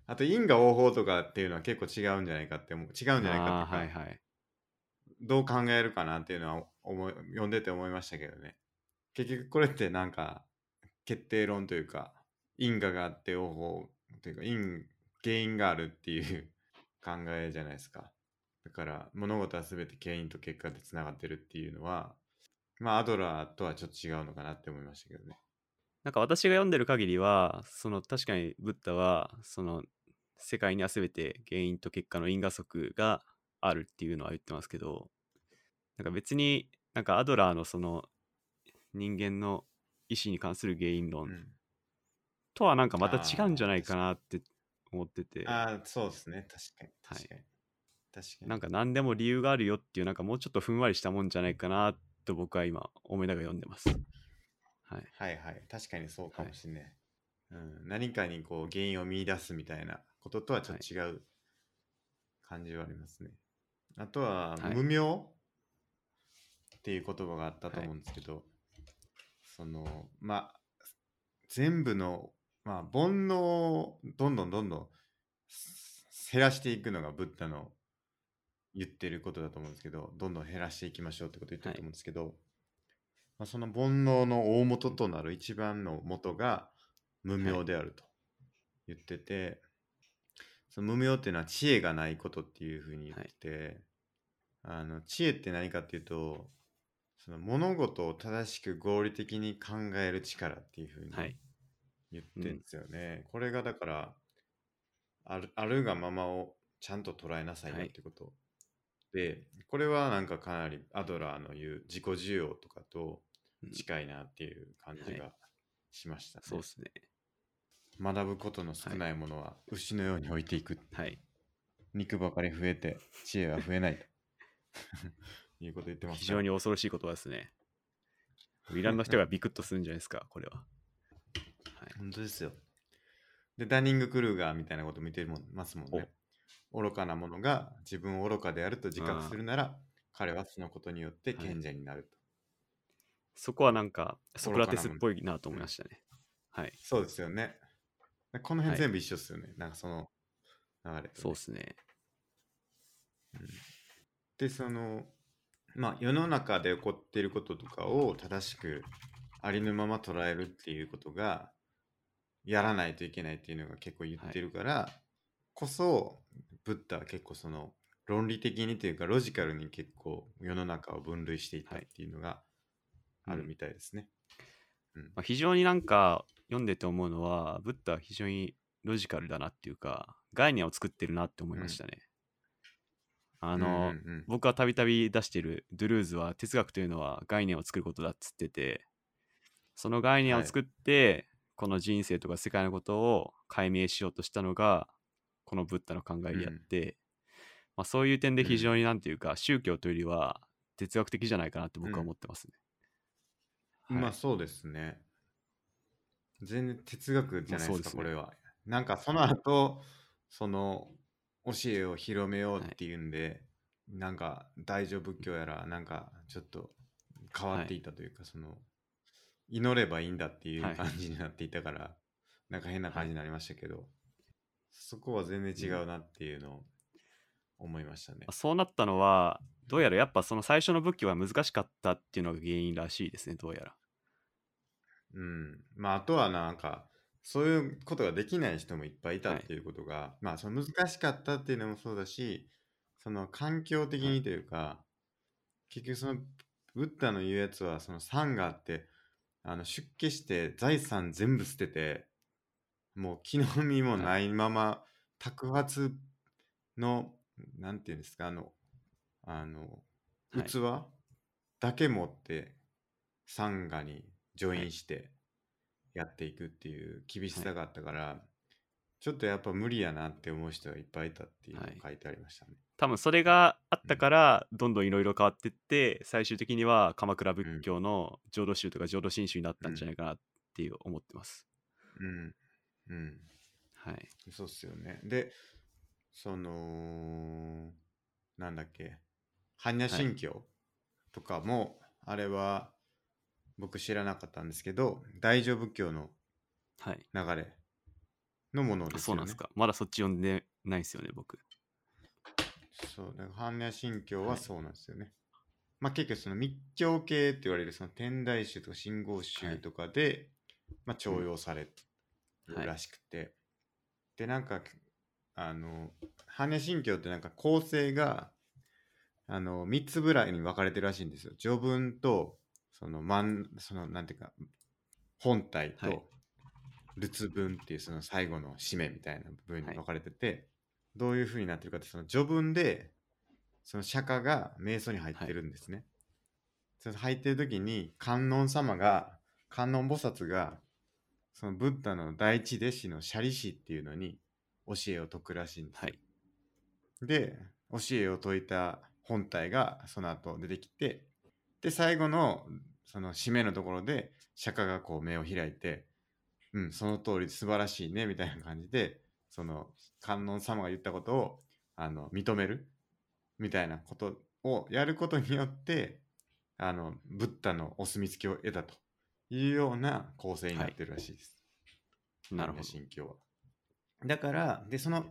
A: あと、因果応報とかっていうのは結構違うんじゃないかって思う、違うんじゃないかっ
B: あ
A: て
B: ー
A: いうか、
B: はいはい。
A: どう考えるかなっていうのは思い読んでて思いましたけどね。結局これってなんか決定論というか因果があって応報というか因原因があるっていう (laughs) 考えじゃないですか。だから物事は全て原因と結果でつながってるっていうのはまあアドラーとはちょっと違うのかなって思いましたけどね。
B: なんか私が読んでる限りは、その確かにブッダは、その世界には全て原因と結果の因果則があるっていうのは言ってますけど、なんか別になんかアドラーのその人間の意思に関する原因
A: う
B: 論
A: ん、
B: とはなんかまた違うんじゃないかなって思ってて、
A: ああそうですね確かに
B: はい
A: 確かに。確かに
B: なんか何でも理由があるよっていうなんかもうちょっとふんわりしたもんじゃないかなと僕は今思いながら読んでます。はい。
A: はいはい確かにそうか
B: は
A: も
B: い
A: しれない、うん、何かにこう原因を見出すみたいなこととはちょっと違う感じはありますね、あとは
B: はい
A: 無名っていう言葉があったと思うんですけど、そのまあ全部の、まあ、煩悩をどんどんどんどん減らしていくのがブッダの言ってることだと思うんですけどどんどん減らしていきましょうってこと言ってると思うんですけど、まあ、その煩悩の大元となる一番の元が無名であると言ってて、その無名っていうのは知恵がないことっていうふうに言ってて、あの知恵って何かっていうとその物事を正しく合理的に考える力っていうふうに
B: はい。
A: 言ってんですよね。これがだからある、あるがままをちゃんと捉えなさいよ
B: はい
A: ってこと。で、これはなんかかなりアドラーの言う自己需要とかと
B: うん
A: 近いなっていう感じ
B: は
A: がしました、ね
B: そうですね。
A: 学ぶことの少ないものは牛のように置いていく。
B: はい。
A: 肉ばかり増えて知恵は増えないと。 (laughs) いうこと言ってます、ね。
B: 非常に恐ろしい言葉ですね。イランの人がビクッとするんじゃないですか、これは。はい、
A: 本当ですよ。で、ダニング・クルーガーみたいなこと見てもますもんね。愚かなものが自分を愚かであると自覚するなら、彼はそのことによって
B: はい
A: 賢者になると。
B: そこはなんか、ソクラテスっぽいなと思いましたね。はい、
A: そうですよね。でこの
B: はい
A: 辺全部一緒ですよね。なんかその流れとね、
B: そうですね。
A: で、その、まあ、世の中で起こっていることとかを正しくありのまま捉えるっていうことがやらないといけないっていうのが結構言ってるから、こそブッダは結構その論理的にというかロジカルに結構世の中を分類していたっていうのがあるみたいですね。
B: まあ、非常になんか、読んでて思うのは、ブッダは非常にロジカルだなっていうか、概念を作ってるなって思いましたね。あの、
A: うんうん
B: 僕はたびたび出してるドゥルーズは哲学というのは概念を作ることだっつっててその概念を作って、この人生とか世界のことを解明しようとしたのがこのブッダの考えであって、まあ、そういう点で非常になんていうか、宗教というよりは哲学的じゃないかなって僕は思ってますね。
A: うん
B: はい
A: まあそうですね。全然哲学じゃないですか、
B: まあそうですね
A: これは。なんかその後、その教えを広めようっていうんで、なんか大乗仏教やら、なんかちょっと変わっていたというか、その祈ればいいんだっていう
B: はい
A: 感じになっていたから、なんか変な感じになりましたけど、そこは全然違うなっていうのを思いましたね。
B: そうなったのはどうやらやっぱその最初の仏教は難しかったっていうのが原因らしいですねどうやら。
A: うん、まああとはなんかそういうことができない人もいっぱいいた
B: はい
A: っていうことが、まあその難しかったっていうのもそうだしその環境的にというか、結局そのブッダの言うやつはそのサンガってあの出家して財産全部捨ててもう木の実もないまま托発のなんていうんですかあのあの
B: はい
A: 器だけ持ってサンガにジョインしてやっていくっていう厳しさがあったから、ちょっとやっぱ無理やなって思う人がいっぱいいたっていうのが
B: はい
A: 書いてありましたね。
B: 多分それがあったからどんどんいろいろ変わってって最終的には鎌倉仏教の浄土宗とか浄土真宗になったんじゃないかなっていう思ってます。
A: うん。うん。
B: はい、
A: そうっすよね。で、その、なんだっけ、般若心経とかも、あれは僕知らなかったんですけど、大乗仏教の
B: はい
A: 流れのものですよね。
B: あそうなんですかまだそっち読んでないですよね僕
A: そう、だから般若心経
B: は
A: はいそうなんですよね。まあ結局その密教系って言われるその天台宗とか真言宗とかで、まあ重用されるらしくて、でなんかあの般若心経ってなんか構成があの3つぐらいに分かれてるらしいんですよ。序文とその満そのなんていうか本体
B: は
A: と
B: い
A: 仏文っていうその最後の締めみたいな部分に
B: はい
A: 分かれてて、どういう風になってるかってその序文でその釈迦が瞑想に入ってるんですね。その入ってる時に観音様が観音菩薩がそのブッダの第一弟子のシャリ師っていうのに教えを説くらしいんですよ
B: はい
A: で教えを説いた本体がその後出てきてで最後のその締めのところで釈迦がこう目を開いて「うんその通り素晴らしいね」みたいな感じでその観音様が言ったことをあの認めるみたいなことをやることによってあのブッダのお墨付きを得たというような構成になってるらしいです。
B: なるほど
A: 心境は。だから、で、その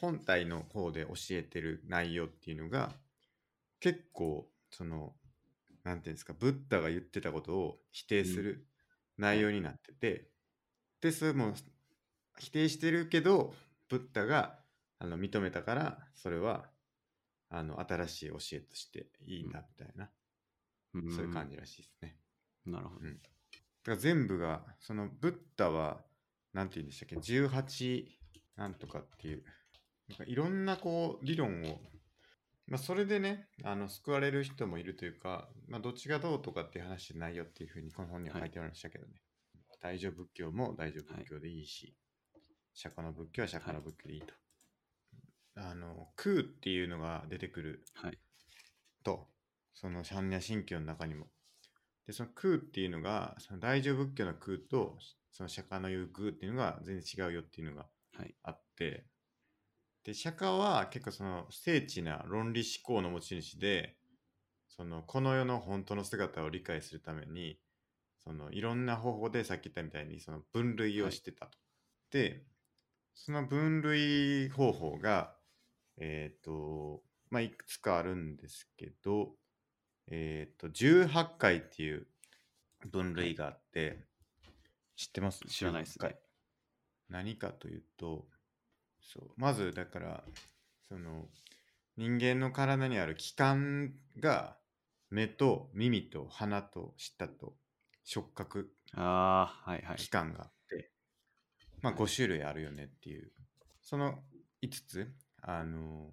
A: 本体の方で教えてる内容っていうのが、結構、その、なんていうんですか、ブッダが言ってたことを否定する内容になってて、で、それも否定してるけど、ブッダがあの認めたから、それは、あの、新しい教えとしていいんだみたいな、そういう感じらしいですね。
B: じなるほど
A: だから全部がそのブッダはなんて言うんでしたっけ18なんとかっていうなんかいろんなこう理論を、まあ、それでねあの救われる人もいるというか、まあ、どっちがどうとかっていう話じゃないよっていうふうにこの本には書いてありましたけどね、大乗仏教も大乗仏教でいいし、釈迦の仏教は釈迦の仏教でいいと、あの空っていうのが出てくる
B: はい
A: とその三夜神教の中にもでその空っていうのがその大乗仏教の空とその釈迦の言う空っていうのが全然違うよっていうのが
B: はい
A: あって、で釈迦は結構その精緻な論理思考の持ち主でそのこの世の本当の姿を理解するためにそのいろんな方法でさっき言ったみたいにその分類をしてたと。でその分類方法がえっ、とまあいくつかあるんですけどえっ、と18回っていう分類があって、知ってます
B: 知らないっすね
A: 18回何かというとそうまずだからその人間の体にある器官が目と耳と鼻と舌と触覚
B: ああはいはい
A: 期間があって、まあ
B: はい
A: 5種類あるよねっていう、その5つあの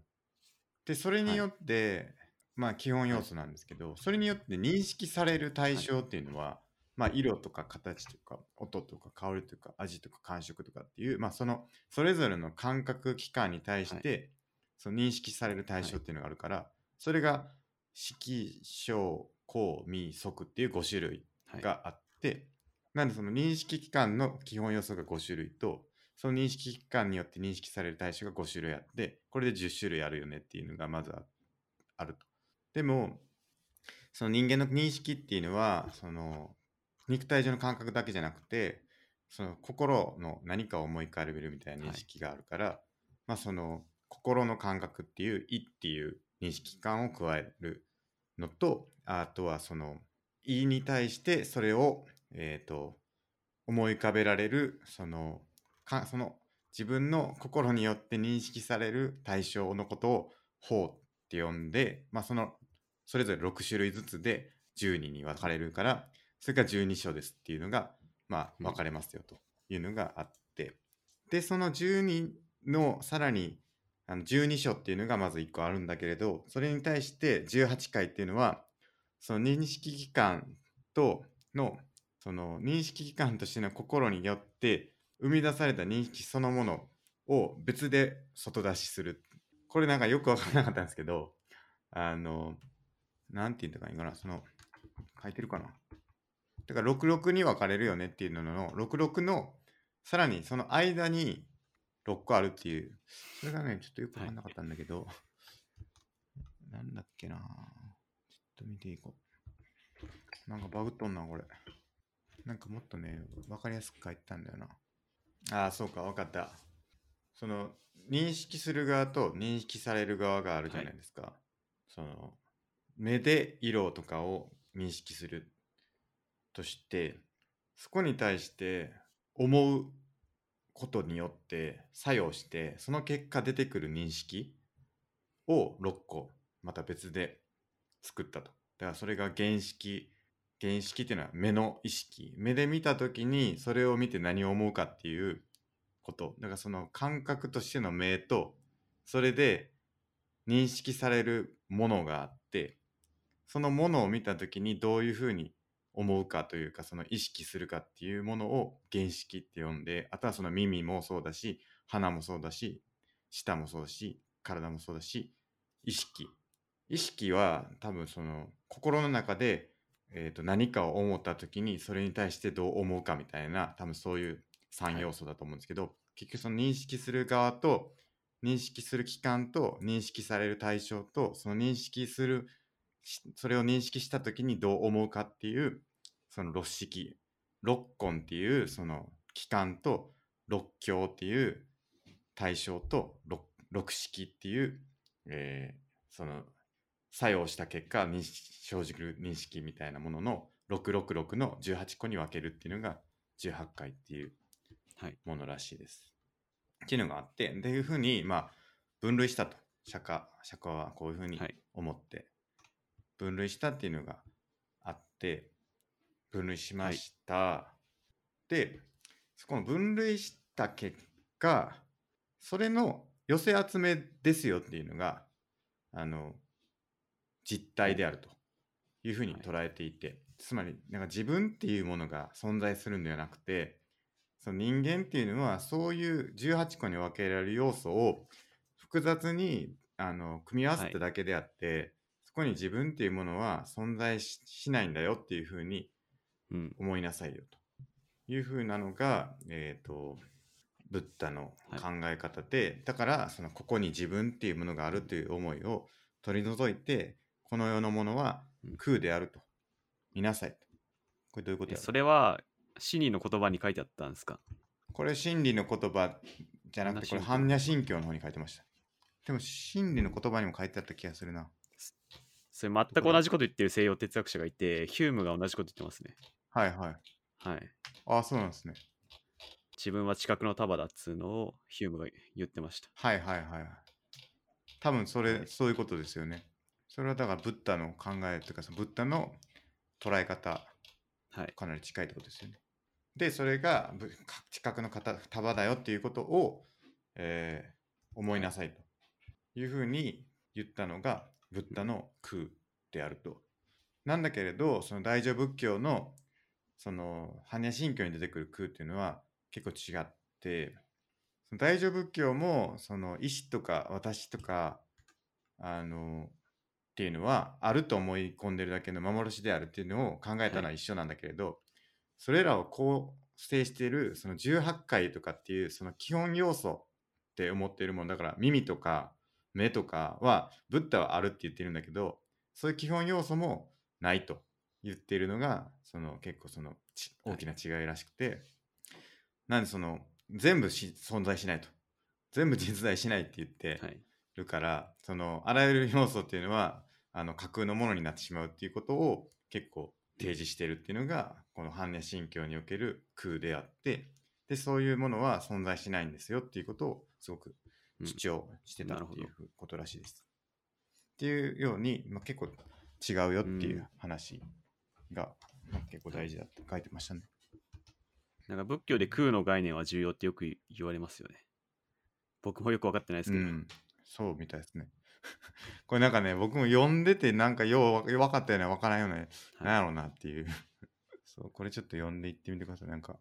A: でそれによって、まあ基本要素なんですけど、それによって認識される対象っていうのは、まあ色とか形とか音とか香りとか味とか感触とかっていうまあそのそれぞれの感覚器官に対して、その認識される対象っていうのがあるから、それが色小香味即っていう5種類
B: はい
A: があって、なんでその認識機関の基本要素が5種類とその認識機関によって認識される対象が5種類あってこれで10種類あるよねっていうのがまずああると。でもその人間の認識っていうのはその肉体上の感覚だけじゃなくてその心の何かを思い浮かべるみたいな認識があるから、まあその心の感覚っていう「い」っていう認識機関を加えるのとあとはその「い」に対してそれを、えー、と思い浮かべられるそのかその自分の心によって認識される対象のことを「法」って呼んで、まあ、そのそれぞれ6種類ずつで10人に分かれるからそれが12章ですっていうのが、まあ、
B: うん
A: 分かれますよというのがあってでその12のさらにあの12章っていうのがまず1個あるんだけれどそれに対して18回っていうのはその認識機関とのその認識機関としての心によって生み出された認識そのものを別で外出しする。これなんかよくわからなかったんですけど、あの、なんて言ったらいいかな、その、書いてるかな。だから66に分かれるよねっていうのの、66の、さらにその間に6個あるっていう、それがね、ちょっとよくわかんなかったんだけど、なんだっけなちょっと見ていこう。なんかバグっとんな、これ。なんかもっとね、わかりやすく書いてたんだよな。ああ、そうか、わかった。その、認識する側と認識される側があるじゃないですか。その、目で色とかを認識するとして、そこに対して思うことによって作用して、その結果出てくる認識を6個、また別で作ったと。だからそれが原式原式っていうのは目の意識目で見た時にそれを見て何を思うかっていうことだからその感覚としての目とそれで認識されるものがあってそのものを見た時にどういうふうに思うかというかその意識するかっていうものを原式って呼んであとはその耳もそうだし鼻もそうだし舌もそうだし体もそうだし意識意識は多分その心の中でえー、と何かを思った時にそれに対してどう思うかみたいな多分そういう3要素だと思うんですけど、結局その認識する側と認識する期間と認識される対象とその認識するしそれを認識した時にどう思うかっていうその六式六根っていうその期間と六境っていう対象と六六式っていう、えーその作用した結果認識生じる認識みたいなものの666の18個に分けるっていうのが18回っていう
B: はい
A: ものらしいです。っていうのがあってっていうふうにまあ分類したと釈迦釈迦はこういうふうに
B: はい
A: 思って分類したっていうのがあって分類しました。でそこの分類した結果それの寄せ集めですよっていうのがあの実態であるというふうに捉えていて、つまりなんか自分っていうものが存在するんではなくてその人間っていうのはそういう18個に分けられる要素を複雑にあの組み合わせただけであって、そこに自分っていうものは存在ししないんだよっていうふうに
B: うん
A: 思いなさいよというふうなのが、えー、とブッダの考え方で、だからそのここに自分っていうものがあるという思いを取り除いてこの世のものは
B: うん
A: 空であると見なさいとこれどういうこと
B: え
A: やろ
B: それはシニーの言葉に書いてあったんですか
A: これ真理の言葉じゃなくてこれ般
B: 般
A: 若心経の方に書いてましたでも真理の言葉にも書いてあった気がするな
B: それ全く同じこと言ってる西洋哲学者がいてヒュームが同じこと言ってますね
A: はいはい
B: はい
A: ああそうなんですね
B: 自分は知覚の束だっつうのをヒュームが言ってました
A: はいはいはいはい。多分それ、
B: はい
A: そういうことですよね。それはだから、ブッダの考えというか、そのブッダの捉え方、
B: はい
A: かなり近いってことですよね。で、それが、ぶか知覚の方束だよっていうことを、えー思いなさいというふうに言ったのが、ブッダの空であると。なんだけれど、その大乗仏教の、その、般若心経に出てくる空っていうのは結構違って、その大乗仏教も、その、意志とか私とか、あの、っていうのはあると思い込んでるだけの幻であるっていうのを考えたのは一緒なんだけれど、それらを構成しているその18回とかっていうその基本要素って思っているものだから耳とか目とかはブッダはあるって言ってるんだけどそういう基本要素もないと言ってるのがその結構そのち
B: はい
A: 大きな違いらしくて、なんでその全部し存在しないと全部実在しないって言って、
B: はい
A: るからそのあらゆる要素っていうのはあの架空のものになってしまうっていうことを結構提示してるっていうのがこの般若心経における空であってでそういうものは存在しないんですよっていうことをすごく
B: うん
A: 主張してた
B: なる
A: っ
B: ほ
A: て
B: ど
A: いうふうことらしいです。っていうように、まあ、結構違うよっていう話が、まあ結構大事だって書いてましたね。
B: なんか仏教で空の概念は重要ってよく言われますよね僕もよく分かってないです
A: う
B: けど、
A: ん、そうみたいですね。 (laughs) これなんかね僕も読んでてなんかようわ分かったような分からんような (laughs)
B: はい
A: なんやろうなっていう。そう、これちょっと読んでいってみてください。なんか、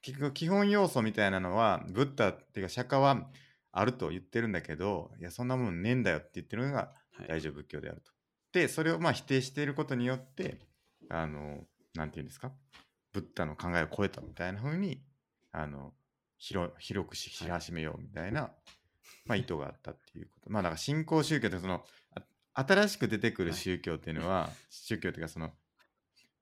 A: 結局基本要素みたいなのはブッダっていうか釈迦はあると言ってるんだけどいやそんなもんねえんだよって言ってるのが
B: はい
A: 大乗仏教であると。でそれをまあ否定していることによってあのなんて言うんですかブッダの考えを超えたみたいな風にあの広広くし
B: はい
A: 広始めようみたいな、まあ、意図があったっていうことまあだから新興宗教ってそのあ新しく出てくる
B: はい
A: 宗教っていうのは、宗教っていうかその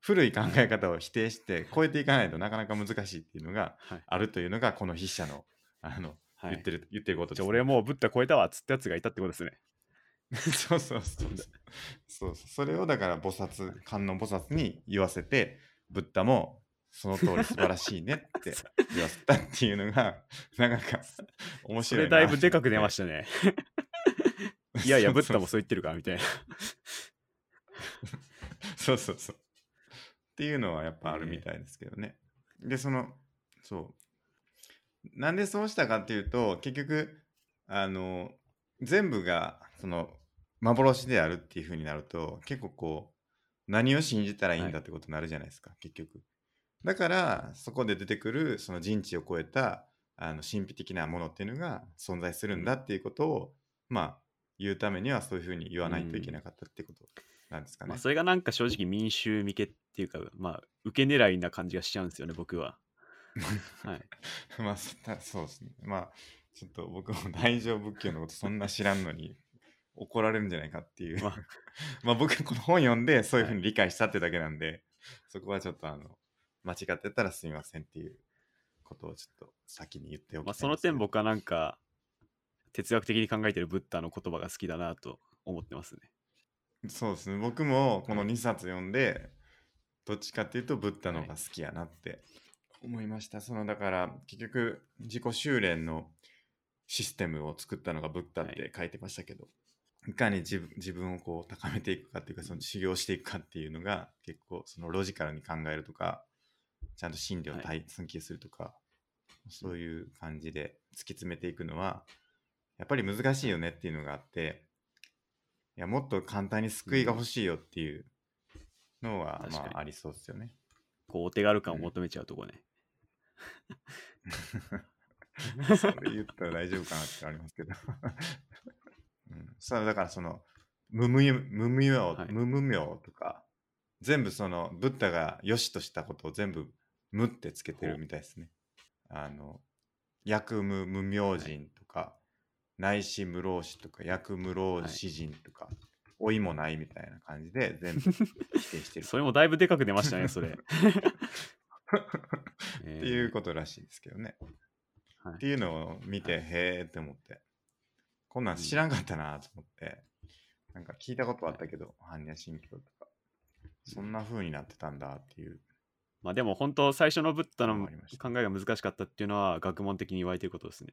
A: 古い考え方を否定して超えていかないとなかなか難しいっていうのが
B: はい
A: あるというのがこの筆者のあの、
B: はい
A: 言ってる言ってることで
C: じ
A: す
C: ゃあ
A: ね、
C: 俺もうブッダ超えたわっつったやつがいたってことですね。
A: (laughs) そうそうそうそうそうそうそれをだから菩薩観音菩薩に言わせてブッダもその通り素晴らしいねって言わせたっていうのがなんか面
C: そ
A: 白い
C: れだいぶでかく出ま
A: し
C: したね。
A: た
C: いやいや、ブッダもそう言ってるからみたいな。
A: (laughs) そうそうそう。っていうのはやっぱあるみたいですけどね。で、その、そう。なんでそうしたかっていうと、結局、あの、全部が、その、幻であるっていう風になると、結構こう、何を信じたらいいんだってことになるじゃないですか、結局。だから、そこで出てくる、その人知を超えた、あの、神秘的なものっていうのが存在するんだっていうことを、まあ、言うためにはそういう風に言わないといけなかったってことなんですかね。
C: まあ
B: それがなんか正直民衆向けっていうか、まあ、受け狙いな感じがしちゃうんですよね、僕は。
C: (laughs)
B: はい。
A: (laughs) まあ、そたそうですね。まあ、ちょっと僕も大乗仏教のことそんな知らんのに (laughs) 怒られるんじゃないかっていう。 (laughs) ま
B: ま
A: あ
B: あ、
A: 僕はこの本読んでそういうふうに理解したってだけなんで、そこはちょっとあの、間違ってたらすみませんっていうことをちょっと先に言っておきたい
B: まあ、その点
A: 僕
B: 僕はなんか哲学的に考えてるブッダの言葉が好きだなと思ってますね。
A: そうですね。僕もこの2冊読んで、どっちかっていうとブッダの方が好きやなって思いました。そのだから結局自己修練のシステムを作ったのがブッダって書いてましたけど、い、かに自分自分をこう高めていくかっていうかその修行していくかっていうのが結構そのロジカルに考えるとかちゃんと心理を
B: は
A: 対尊敬するとか、そういう感じで突き詰めていくのはやっぱり難しいよねっていうのがあっていやもっと簡単に救いが欲しいよっていうのは、
B: うん
A: ま
B: 確か
A: あ
B: に
A: ありそうですよね。
B: こうお手軽感を求めちゃうとこね。
A: (laughs) それ言ったら大丈夫かなってありますけど。 (laughs) うん、そうだからその無無無無明、
B: はい
A: 無無明とか全部そのブッダが良しとしたことを全部無ってつけてるみたいですね。あの薬無無明人とか、内視無老子とか薬無老子人とか、老いもないみたいな感じで全部否定して
B: (laughs)
A: る。
C: それもだいぶでかく出ましたね、そ
A: (laughs)
C: れ。
B: えー
A: っていうことらしいですけどね。
B: はい
A: っていうのを見て、
B: はい
A: へーって思って、こんなん知らんかったなと思って、なんか聞いたことあったけど、般若心経とか、そんな風になってたんだっていう。
B: まあでも本当最初のブッダの
A: わかりました
B: 考えが難しかったっていうのは学問的に言われてることですね。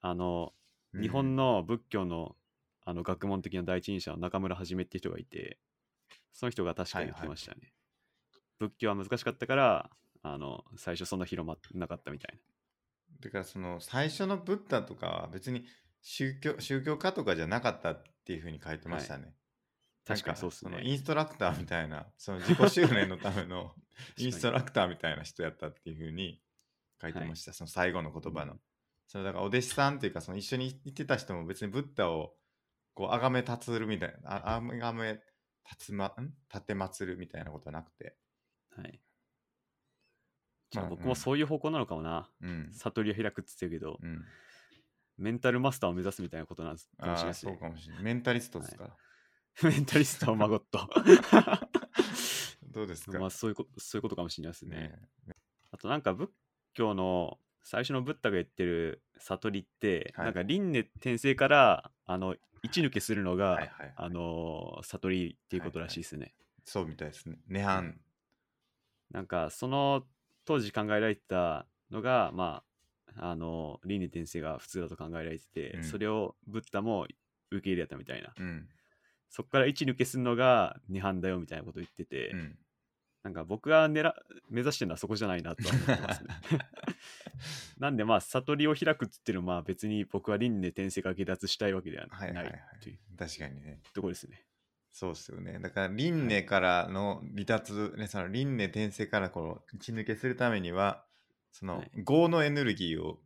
B: あの日本
A: の、
B: の仏教のあの学問的な第一人者の中村はじめって人がいてその人が確かに言ってましたね、仏教は難しかったからあの最初そんな広まってなかったみたい
A: だからその最初のブッダとかは別に宗教宗教家とかじゃなかったっていう風に書いてましたね。
B: な確かにそうっす
A: なん
B: ね
A: のインストラクターみたいな、その自己修練のため
B: (laughs)
A: の
B: に
A: インストラクターみたいな人やったっていう風に書いてました、その最後の言葉の。そのだからお弟子さんっていうか、その一緒に行ってた人も別にブッダをこう崇め立つるみたいな、あ崇め立つま、ん立てまつるみたいなことはなくて。
B: はいじゃあ
A: まあ
B: 僕
A: う
B: も
A: ん
B: そういう方向なのかもな、
A: うん。
B: 悟りを開くっつってるけど、
A: うん、
B: メンタルマスターを目指すみたいなことなんですか
A: あ
B: もし
A: あ、
B: れないです
A: そう
B: ね
A: かもしれない。メンタリストですか、
B: (laughs) メンタリストを孫っと
A: (laughs) どうですか、
B: まあそういうことそういうことかもしれないですね
A: ね
B: あとなんか仏教の最初のブッダが言ってる悟りって、
A: はい
B: なんか輪廻転生からあの一抜けするのが、
A: えはいはい。
B: あのー悟りっていうことらしいですね、
A: そうみたいですね。涅槃。
B: なんかその当時考えられてたのがまああのー輪廻転生が普通だと考えられてて、
A: うん
B: それをブッダも受け入れたみたいな
A: うん。
B: そこから一抜けするのが涅槃だよみたいなこと言ってて、
A: うん。
B: なんか僕が狙目指してるのはそこじゃないなとは思ってます (laughs) ね。なんでまあ悟りを開くっつっていうのはまあ別に僕は輪廻転生が下脱したいわけでは
A: は
B: ないい
A: はいはい
B: という
A: 確かにね。
B: ところですね。
A: そうっすよね。だから、輪廻からの離脱、ね、その輪廻転生からこの打ち抜けするためには、その
B: はい
A: 業のエネルギーを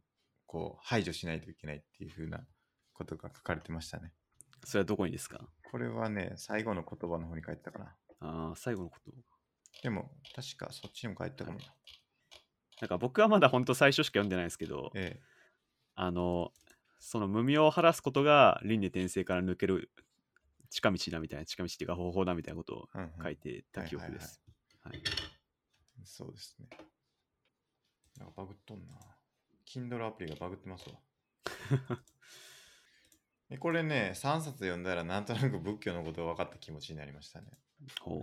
A: こう排除しないといけないっていう風なことが書かれてましたね。
B: それはどこにですか
A: これはね、最後の言葉の方に書いてたかな。
B: ああ、最後のこと。
A: でも、確かそっちにも書いてたかもな。
B: なんか僕はまだ本当最初しか読んでないですけど、
A: ええ、
B: あの、その無味を晴らすことが輪廻転生から抜ける近道だみたいな、近道っていうか方法だみたいなことを
A: うんうん
B: 書いてた記憶です。はい
A: そうですね。なんかバグっとんな。Kindle アプリがバグってますわ。
B: (laughs)
A: でこれね、3冊読んだらなんとなく仏教のことが分かった気持ちになりましたね。
B: ほ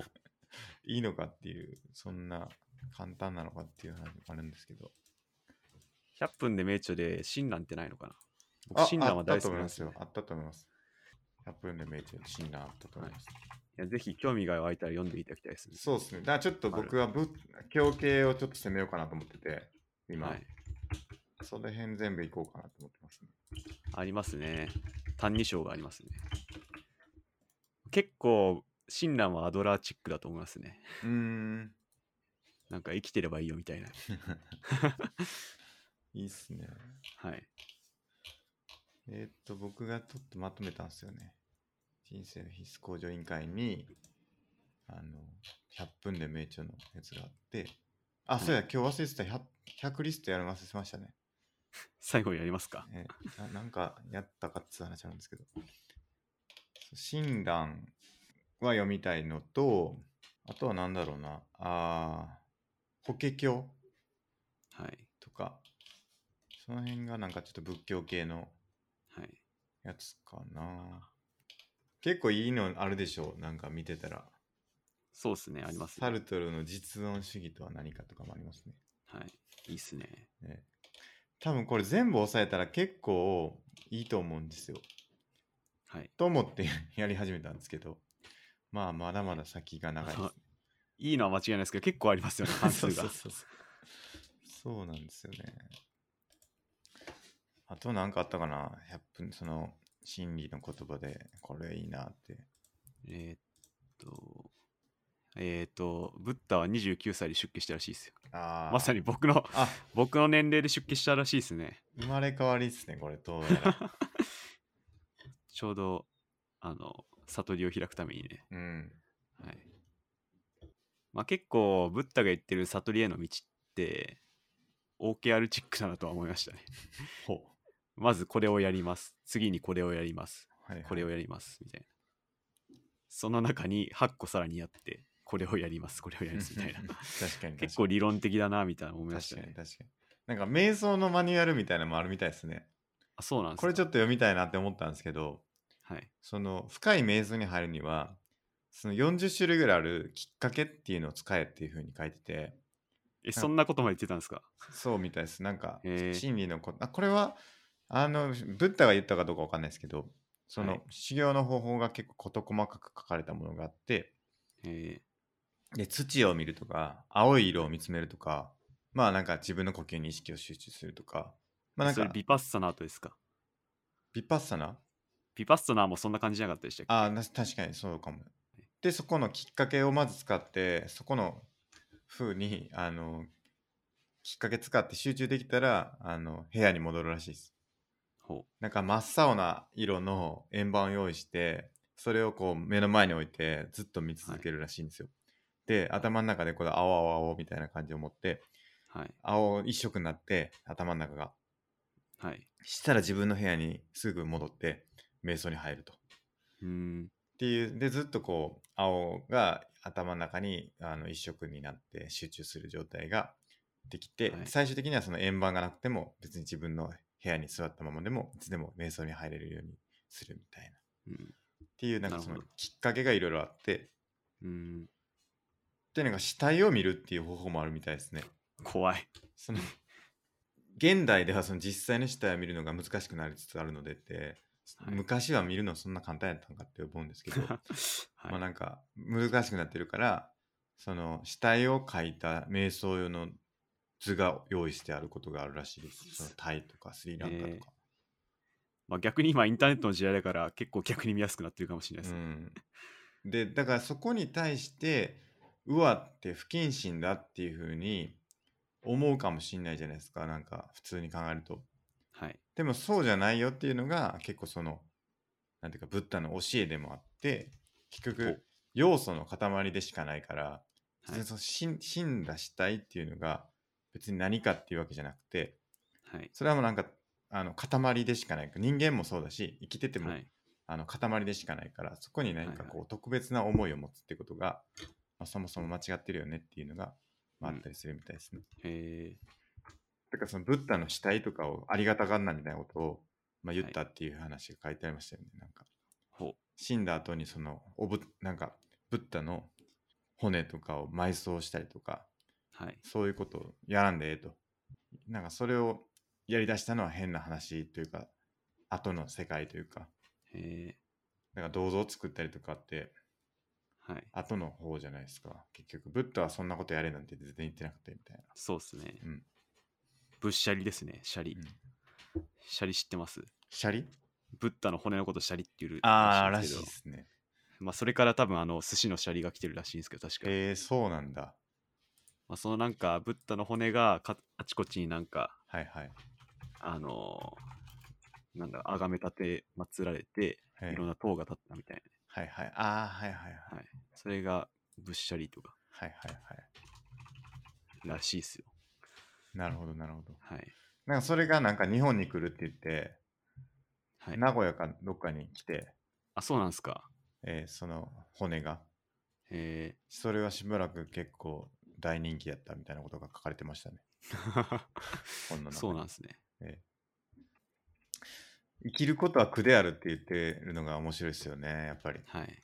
A: いいのかっていう、そんな簡単なのかっていう話もあるんですけど。
B: う100分で名著で親鸞ってないのかな
A: あ
B: 僕親鸞は大好
A: あったと
B: き
A: 思
B: ない
A: ま
B: んです
A: す
B: よ。
A: よ。あったと思います。100分で名著、診断あったと思います。
B: いやぜひ興味が湧いたら読んでいただきたいですね。
A: そうですね。だからちょっと僕は仏教系をちょっと攻めようかなと思ってて、今、
B: はい、
A: その辺全部いこうかなと思ってます
B: (laughs)
A: ね。
B: ありますね。単二章がありますね。結構、親鸞はアドラーチックだと思いますね。
A: うーん。
B: なんか生きてればいいよみたいな。
A: いいっすね。
B: はい。
A: えーっと、僕がちょっとまとめたんですよね。人生の必須向上委員会に、あの、100分で名著のやつがあって、あ、そうや、今日忘れてた100、100リストやるの忘れてましたね。
B: 最後にやりますか。
A: えななんかやったかっつう話なんですけど。診断は読みたいのと、あとは何だろうな、あー、法華経
B: はい。
A: とか、その辺がなんかちょっと仏教系の
B: はい。
A: やつかな。結構いいのあるでしょう、なんか見てたら。
B: そうですね、あります、
A: サ
B: ね。
A: ルトルの実存主義とは何かとかもありますね。
B: はい。いいっすね。
A: ね多分これ全部押さえたら結構いいと思うんですよ。
B: はい。
A: と思って (laughs) やり始めたんですけど、まあ、まだまだ先が長いですね。
B: いいのは間違いないですけど、結構あり
A: (laughs)
B: ますよね、関数
A: そ
B: が
A: う。そうそうそうそうなんですよね。あと何かあったかな ?100 分、その、心理の言葉で、これいいなって。
B: えーっと、えーっと、ブッダは29歳で出家したらしいですよ。
A: あー
B: まさに僕の、 (laughs)
A: あ、
B: 僕の年齢で出家したらしいですね。
A: 生まれ変わりですね、これ、どうやら。
B: ちょうど、あの、悟りを開くためにね。
A: うん。
B: はい。まあ結構、ブッダが言ってる悟りへの道って、OKR チックだなとは思いましたね。
A: ほう。
B: まずこれをやります。次にこれをやります。
A: はいはい、
B: これをやりますみたいな。その中に8個さらにやって、これをやります、これをやりますみたいな
A: (laughs) 確。かに確かに。
B: 結構理論的だなみたいな思いまし
A: 確
B: た
A: かに確
B: ね。
A: かに。なんか、瞑想のマニュアルみたいなのもあるみたいですね。
B: あそうなんです
A: これちょっ
B: っ
A: と読みたいなって思ったんですけど、
B: と。はい。
A: その深い瞑想に入るにはその40種類ぐらいあるきっかけっていうのを使えっていうふうに書いてて
B: え、そんなことまで言ってたんですか
A: そうみたいですなんか
B: へー
A: 真理のことあこれはあのブッダが言ったかどうかわかんないですけどその、
B: はい
A: 修行の方法が結構事細かく書かれたものがあって
B: え
A: で土を見るとか青い色を見つめるとかまあなんか自分の呼吸に意識を集中するとかま
B: ー
A: あなん
B: それ
A: か
B: ビパッサナーとですか
A: ビパッサナ
B: ビパッサナーもそんな感じじゃなかったでしたっけ
A: ああ、な確かにそうかも。で、そこのきっかけをまず使って、そこの風に、あの、きっかけ使って集中できたら、あの、部屋に戻るらしいです。
B: ほ
A: なんか真っ青な色の円盤を用意して、それをこう目の前に置いてずっと見続けるらしいんですよ。で、頭の中でこの青青青みたいな感じを持って、
B: う。はい。
A: 青一色になって、頭の中が。
B: はい。
A: したら自分の部屋にすぐ戻って、瞑想に入ると。
B: うーん。
A: っていうでずっとこう青が頭の中にあの一色になって集中する状態ができて、
B: はい
A: 最終的にはその円盤がなくても別に自分の部屋に座ったままでもいつでも瞑想に入れるようにするみたいなっ
B: うん。
A: ていうなんかそ
B: な
A: の
B: るほど
A: きっかけがいろいろあって
B: うん
A: でなんか死体を見るっていう方法もあるみたいですね
B: 怖い。
A: その現代ではその実際の死体を見るのが難しくなりつつあるのでって、
B: はい
A: 昔は見るのそんな簡単やったんかって思うんですけど
B: (laughs) はい
A: まあなんか難しくなってるからその死体を描いた瞑想用の図が用意してあることがあるらしいですそのタイとかスリランカとか、
B: まあ、逆に今インターネットの時代だから結構逆に見やすくなってるかもしれないですね。
A: うん、でだからそこに対してうわって不謹慎だっていうふうに思うかもしんないじゃないですかなんか普通に考えると
B: はい。
A: でもそうじゃないよっていうのが結構そのなんていうかブッダの教えでもあって結局要素の塊でしかないから別
B: はい
A: にその死ん死んだ死体っていうのが別に何かっていうわけじゃなくて
B: はい。
A: それはもうなんかあの塊でしかない人間もそうだし生きてても、
B: はい。
A: あの塊でしかないからそこに何
B: はい
A: か
B: はい
A: こう特別な思いを持つってことが、まあ、そもそも間違ってるよねっていうのが、まあ、あ
B: うん
A: ったりするみたいですね。
B: え
A: だからそのブッダの死体とかをありがたがんなみたいなことを、まあ、言ったっていう話が書いてありましたよね。なんか
B: ほう。
A: 死んだ後にそのおぶなんかブッダの骨とかを埋葬したりとか
B: はい。
A: そういうことをやらんでええと。なんかそれをやりだしたのは変な話というか後の世界というか
B: え
A: なんか銅像を作ったりとかって
B: ー、はい。
A: 後の方じゃないですか結局ブッダはそんなことやれなんて全然言ってなくてみたいな
B: そうですね。
A: うん
B: ぶっしゃりですね。シャリ。
A: うん
B: シャリ知ってます
A: シャリ
B: ブッダの骨のことシャリっていう
A: あー
B: ら
A: ら
B: し
A: し
B: いん
A: い
B: で
A: ですすね
B: けど、まあ、それから多分あの寿司のシャリが来てるらしいんですけど、確かに。
A: えー、そうなんだ
B: まあ、そのなんか、ブッダの骨がかあちこちになんか、
A: はいはい
B: あのーなんだ、あがめ立て祀られて、
A: はい
B: いろんな塔が建ったみたい
A: はいはいあーはいはいはい
B: な。はい。それがぶっしゃりとか
A: はいはいはい
B: らしいですよ。
A: なるほどなるほど
B: はい。
A: なんかそれがなんか日本に来るって言って、
B: はい。
A: 名古屋かどっかに来て、
B: あ、そうなんですか。
A: えーその骨が
B: え
A: それはしばらく結構大人気やったみたいなことが書かれてましたね
B: ー、
A: 本の中に
B: そうなんですね。
A: 生きることは苦であるって言ってるのが面白いですよねやっぱり
B: はい。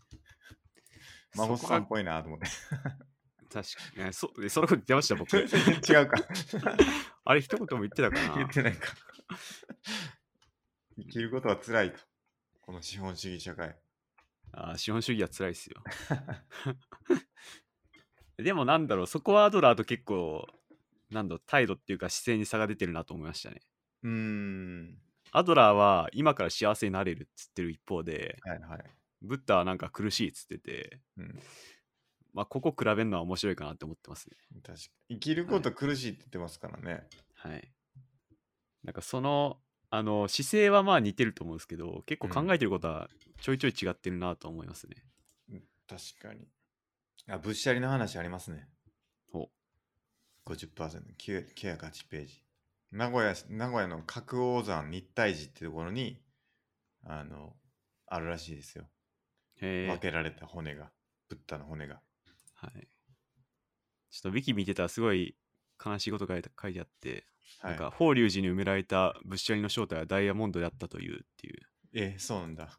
A: 孫さん
B: そ
A: っ
B: こ
A: ぽいなと思って
B: が確かに、そえそのこと言ってました、
A: (laughs)
B: 僕。
A: 違うか
B: (laughs) あれ、一言も言ってたか
A: 言
B: な
A: っ。てないか (laughs) 生きることは辛いとこの資本主義社会
B: あー資本主義は辛い
A: (laughs)
B: ですよ。でもなんだろう、そこはアドラーと結構、なんだろう態度っていうか姿勢に差が出てるなと思いましたね。
A: うーん
B: アドラーは今から幸せになれるっつってる一方で、
A: はいはい、
B: ブッダはなんか苦しいっつってて、
A: うん、
B: まあ、ここ比べるのは面白いかなって思ってますね。
A: 確か生きること苦しいって言ってますからね、
B: はい。なんかその、あの、姿勢はまあ似てると思うんですけど、結構考えてることはちょいちょい違ってるなと思いますね。
A: 確かにあぶっしゃりの話ありますね
B: お
A: 50%9 9 8ページ名古屋名古屋の角王山日泰寺ってところにあのあるらしいですよ
B: へ
A: 分
B: え。
A: けられた骨がブッダの骨が
B: はい。ちょっとウィキ見てたらすごい悲しいことが書いてあって、
A: はい
B: なんか法隆寺に埋められた物資りの正体はダイヤモンドであったというっていう。
A: えそうなんだ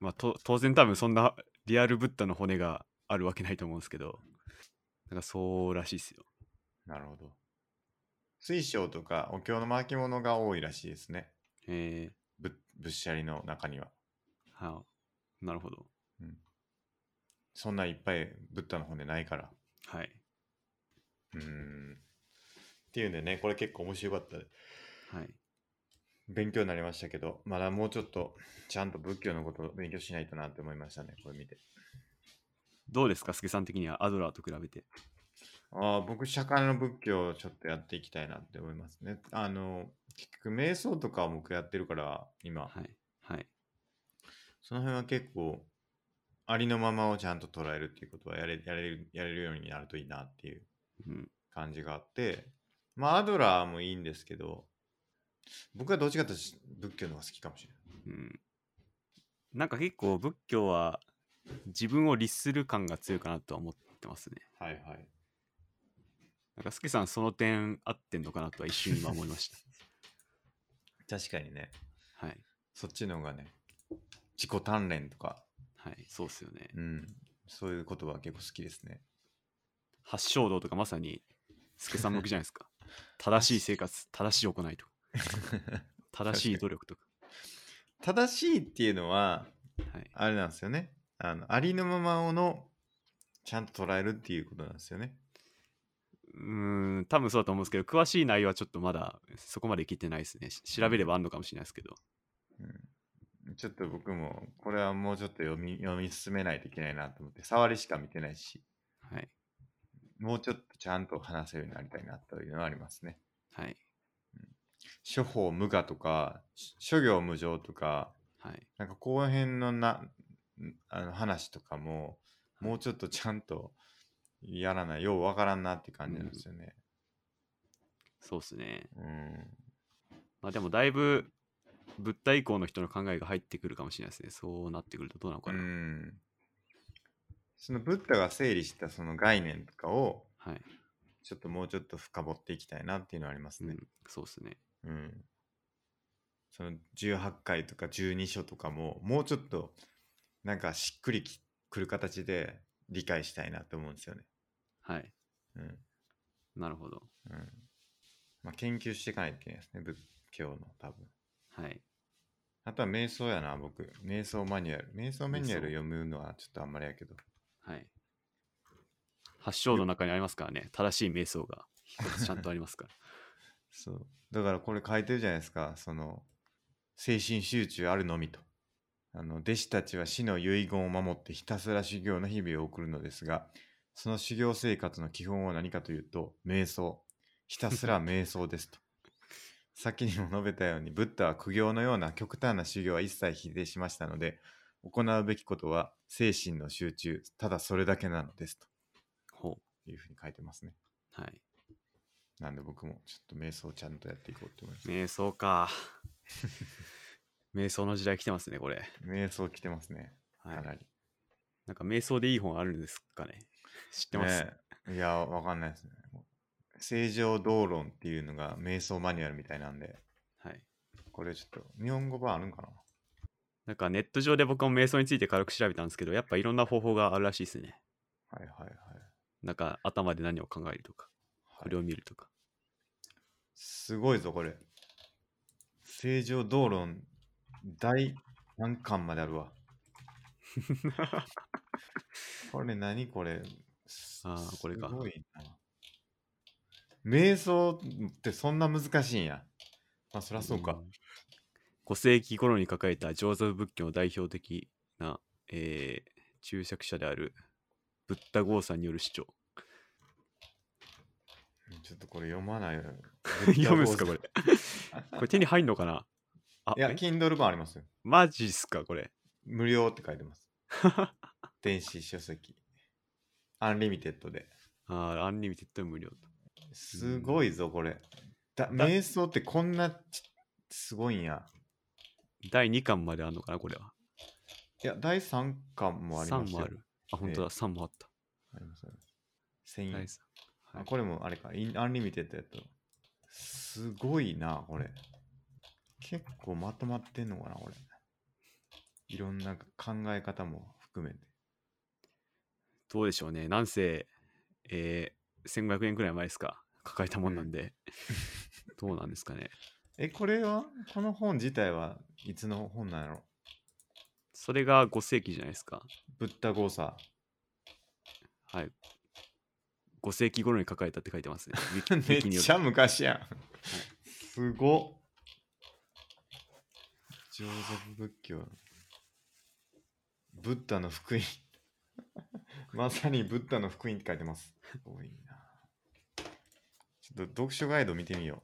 B: まあ、と当然多分そんなリアルブッダの骨があるわけないと思うんですけど、なんかそうらしいですよ。
A: なるほど水晶とかお経の巻物が多いらしいですね
B: へえ。
A: ぶぶっしゃりの中には
B: はあ、なるほど。
A: そんないっぱいブッダの骨ないから
B: はい。
A: うーんっていうんでねこれ結構面白かったで
B: はい。
A: 勉強になりましたけど、まだもうちょっとちゃんと仏教のことを勉強しないとなって思いましたね、これ見て。
B: どうですか、助さん的にはアドラーと比べて。
A: ああ、僕、社会の仏教をちょっとやっていきたいなって思いますね。あの、結局、瞑想とかを僕やってるから、今、
B: はい。はい。
A: その辺は結構、ありのままをちゃんと捉えるっていうことはやれやれるやれるようになるといいなっていう
B: うん。
A: 感じがあって、まあ、アドラーもいいんですけど、僕はどっちかというと仏教の方が好きかもしれない。
B: うん。なんか結構仏教は自分を律する感が強いかなとは思ってますね。
A: はいはい。
B: なんか、スケさん、その点合ってんのかなとは一瞬今思いまし
A: 確かにね、
B: た。はい。
A: そっちの方がね、自己鍛錬とか、
B: はい。そうっすよね。
A: うん、そういう言葉は結構好きですね。
B: 八正道とかまさに、スケさん向きじゃ
A: (laughs)
B: ないですか。正しい生活、正しい行いとか、正しい努力とか。
A: 正しいっていうのは、
B: はい。
A: あれなんですよね。あのありのままをの、ちゃんと捉えるっていうことなんですよね。
B: うーん、多分そうだと思うんですけど、詳しい内容はちょっとまだそこまで聞いてないですね。し調べればあんのかもしれないですけど。
A: うん、ちょっと僕も、これはもうちょっと読み読み進めないといけないなと思って、触りしか見てないし、
B: はい。
A: もうちょっとちゃんと話せるようになりたいなというのはありますね。
B: はい。
A: 処方無我とか、諸行無常とか、
B: はい。
A: なんか後編のなんあの話とかも、もうちょっとちゃんとやらない、ようわからんなって感じなんですよね。
B: そうっすね。
A: うん。
B: まあでもだいぶ物体以降の人の考えが入ってくるかもしれないですね。そうなってくるとどうなのか
A: う
B: な。
A: ん、そのブッダが整理したその概念とかを、
B: はい、
A: ちょっともうちょっと深掘っていきたいなっていうのはあります
B: う
A: ね。
B: ん。そうっすね。
A: うん。その18回とか12章とかも、もうちょっとなんかしっくりきくる形で理解したいなと思うんですよね。
B: はい。
A: うん。
B: なるほど。
A: うん。まあ、研究していかないといけないですね、仏教の多分。
B: はい。
A: あとは瞑想やな、僕。瞑想マニュアル。瞑想マニュアル
B: 瞑
A: 読むのはちょっとあんまりやけど。
B: はい。発祥の中にありますからね。正しい瞑想が一つちゃんとありますから。 (laughs)
A: そう。だからこれ書いてるじゃないですか、その、精神集中あるのみと。あの、弟子たちは死の遺言を守ってひたすら修行の日々を送るのですが、その修行生活の基本は何かというと、瞑想。ひたすら瞑想ですと。先にも述べたように、ブッダは苦行のような極端な修行は一切否定しましたので、行うべきことは精神の集中、ただそれだけなのですと
B: ほ
A: いうふうに書いてますね。
B: う。はい。
A: なんで僕もちょっと瞑想をちゃんとやっていこうと思います。
B: 瞑想か。瞑想の時代来てますね、これ。
A: 瞑想来てますね。
B: はい
A: かなり。
B: なんか瞑想でいい本あるんですかね。知ってます。
A: ねえいや、わかんないですね。正常道論っていうのが瞑想マニュアルみたいなんで、
B: はい。
A: これちょっと日本語版あるんかな
B: なんかネット上で僕も瞑想について軽く調べたんですけど、やっぱいろんな方法があるらしいですね。
A: はいはいはい。
B: なんか頭で何を考えるとか、これを見るとか。
A: すごいぞ、これ。正常道論第何巻まであ
B: (laughs)
A: るわ。これ何これ
B: あーこれか
A: すごいな。瞑想ってそんな難しいんや。まあそりゃそうか。
B: ん。5世紀頃に書かれた上座部仏教の代表的な、えー注釈者であるブッダゴーさんによる主張。
A: ちょっとこれ読まないよ。
B: (laughs) (laughs) 読むんすか、これ。これ手 (laughs) に入んのかなあ
A: いや、
B: え
A: Kindle 版ありますよ。
B: マジっすか、これ。
A: 無料って書いて
B: (laughs)
A: ます。電子書籍。アンリミテッドで。
B: あーアンリミテッド無料と。
A: すごいぞ、これ。だ
B: だ
A: 瞑想ってこんなちすごいんや。
B: 第2巻まであるのかな、これは。
A: いや、第3巻もありま
B: 3
A: す
B: も
A: よ。
B: ある。あ、本当だ、3もあった。
A: ありますあります。1000円、
B: 第三
A: あ。これもあれか、インアンリミテッドやと。すごいな、これ。結構まとまってんのかな、これ。いろんな考え方も含めて。
B: どうでしょうね。なんせ、えー、1500円くらい前ですか。抱えたもんなんで。どうなん (laughs) ですかね。
A: え、これは、この本自体はいつの本なの
B: それが5世紀じゃないですか。
A: ブッダゴーサ
B: はい。5世紀頃に書かれたって書いてま
A: (laughs)
B: すね。ウィキウ (laughs)
A: ー。め
B: ィ
A: っ
B: キによる
A: ちゃ昔やん。すごっ。上座部仏教。ブッダの
B: (laughs)
A: 福音。まさにブッダの福音って書いてます。多いな。ちょっと読書ガイド見てみよ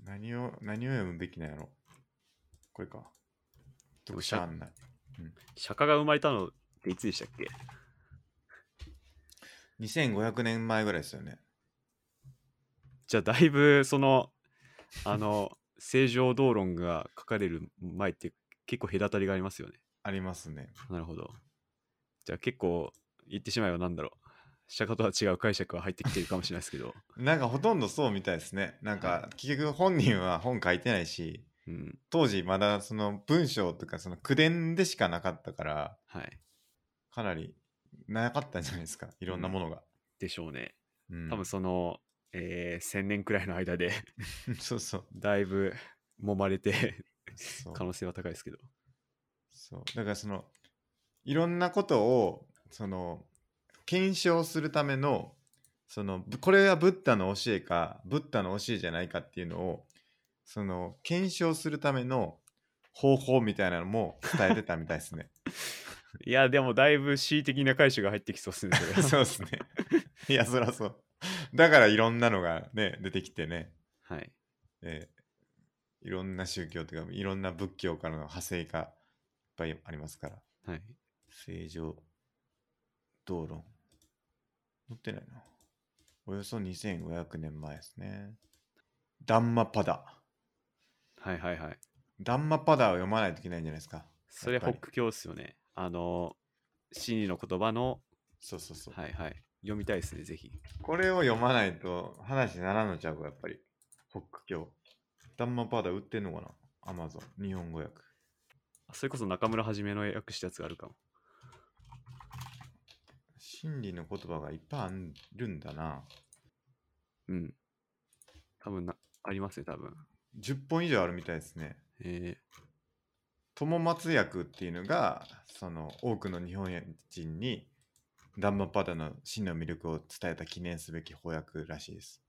A: う。何を、何を読むべきなんやろ。これか。読
B: しゃ
A: 書案内。
B: 釈迦が生まれたのっていつでしたっけ
A: 2500年前ぐらいですよね。
B: じゃあだいぶそのあの (laughs) 正常道論が書かれる前って結構隔たりがありますよね。
A: ありますね。
B: なるほど。じゃあ結構言ってしまえばなんだろう。釈迦とは違う解釈は入ってきてるかもしれないです
A: (laughs)
B: けど。
A: なんかほとんどそうみたいですね。なんか結局本人は本書いてないし、
B: うん。
A: 当時まだその文章とかその口伝でしかなかったから、
B: はい。
A: かなりなかったんじゃないですか、いろんなものが。
B: でしょうね。
A: うん
B: 多分その、えー、1000年くらいの間で (laughs)
A: (laughs) そうそう
B: だいぶ揉まれて
A: そう
B: 可能性は高いですけど。
A: そう。だからその、いろんなことを、その、検証するための、その、ぶこれはブッダの教えか、ブッダの教えじゃないかっていうのを、その、検証するための方法みたいなのも伝えてたみたいですね。
B: (laughs)
A: (laughs)
B: いやでもだいぶ恣意的な解釈が入ってきそうですね。それは
A: そうですね。いや、そらそう。だからいろんなのがね、出てきてね、
B: はい。
A: えーいろんな宗教というか、いろんな仏教からの派生がいっぱいありますから。
B: はい。
A: 正常討論。載ってないな。およそ2500年前ですね。ダンマパダ。
B: はいはいはい。
A: ダンマパダを読まないといけないんじゃないですか。
B: それ、
A: やっぱり
B: 北教ですよね。あの、真理の言葉の、
A: そうそうそう。
B: はいはい。読みたいですね、ぜひ。
A: これを読まないと話にならんのちゃうか、やっぱり。北京。ダンマパダ売ってんのかなアマゾン。日本語訳。
B: それこそ中村はじめの訳したやつがあるかも。
A: 真理の言葉がいっぱいあるんだな。
B: うん。多分な、ありますね、多分。
A: 10本以上あるみたいですね。
B: え
A: 友松役っていうのがその多くの日本人にダンマパダの真の魅力を伝えた記念すべき翻訳らしいです。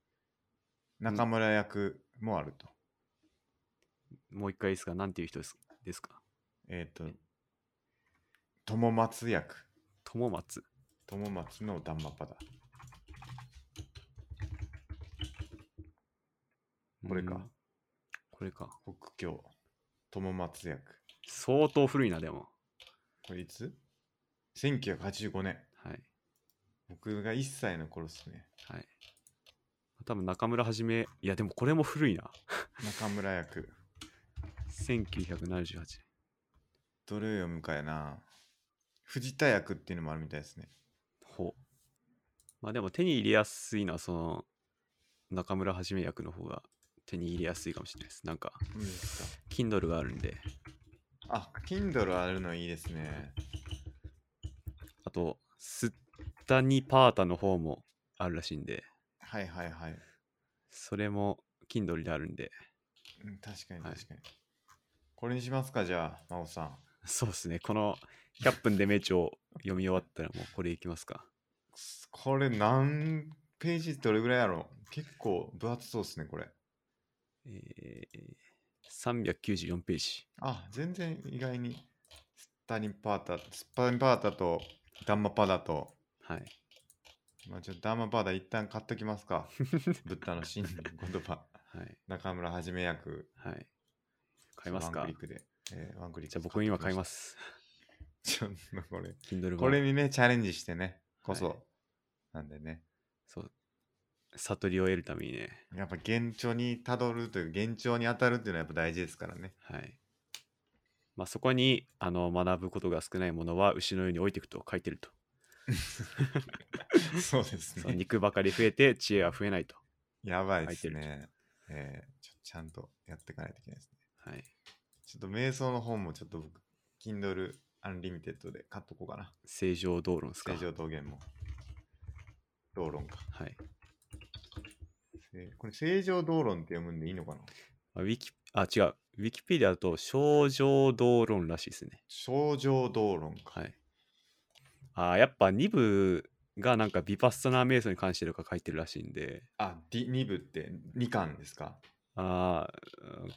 A: 中村役もあると。
B: ー、もう一回いいですかなんていう人ですですか
A: えっ、と、友松役。
B: 友松。
A: 友松のダンマパダ。これか
B: うん。これか。
A: 北京。友松役。
B: 相当古いな、でも。
A: これいつ ?1985 年。
B: はい。
A: 僕が1歳の頃ですね。
B: はい。多分中村はじめ、いや、でもこれも古いな。
A: 中村役。
B: 1978年。
A: どれを読むかやな。藤田役っていうのもあるみたいですね。
B: ほう。まあでも手に入れやすいのはその中村はじめ役の方が手に入れやすいかもしれないです。なんか、
A: いいですか
B: Kindle があるんで、
A: あ、Kindle あるのいいですね。
B: あと、スッタニパータの方もあるらしいんで、
A: はいはいはい。
B: それも Kindle であるんで、
A: うん、確かに
B: はい
A: 確かに。これにしますか、じゃあ、真帆さん。
B: そうですね、この100分で名著を読み終わったらもうこれいきますか。
A: これ何ページどれぐらいやろう結構分厚そうですね、これ。
B: えー、394ページ。
A: あ、全然意外に、スタニパータ、スパニパータとダンマパダと、
B: はい。
A: まあ、ちょっとダンマパダ一旦買っときます
B: (laughs)
A: か。ブッダの真理の言葉、
B: はい。
A: 中村はじめ役。
B: はい。買います
A: ワン
B: か
A: クリッ。クで。えーワンクリック。
B: じゃあ僕今買いますす。
A: ちょっとこれ。
B: Kindle 版。
A: これにね、チャレンジしてね、こそ。
B: はい
A: なんでね、
B: そう。悟りを得るためにね。
A: やっぱ現状にたどるというか、現状に当たるっていうのはやっぱ大事ですから
B: (laughs)
A: ね。
B: はい。まあ、そこにあの学ぶことが少ないものは牛のように置いていくと書いて
A: (laughs)
B: ると。
A: そうです
B: そう
A: ね。
B: 肉ばかり増えて知恵は増えないと。
A: やばいで
B: 書
A: す
B: いて
A: ね。えーちょちゃんとやっていかないといけないですね。
B: はい。
A: ちょっと瞑想の本もちょっと僕、Kindle Unlimited で買っとこうかな。
B: 正常道論ですか。
A: 正常道元も。道論か。
B: はい。
A: えーこれ、正常道論って読むんでいいのかな
B: あウィキあ、違う。ウィキペディアだと、症状道論らしいですね。
A: 正常道論か。
B: はい。あ、やっぱ2部がなんかビパッサナー瞑想に関してとか書いてるらしいんで、
A: あ、2部って2巻ですか
B: あーうん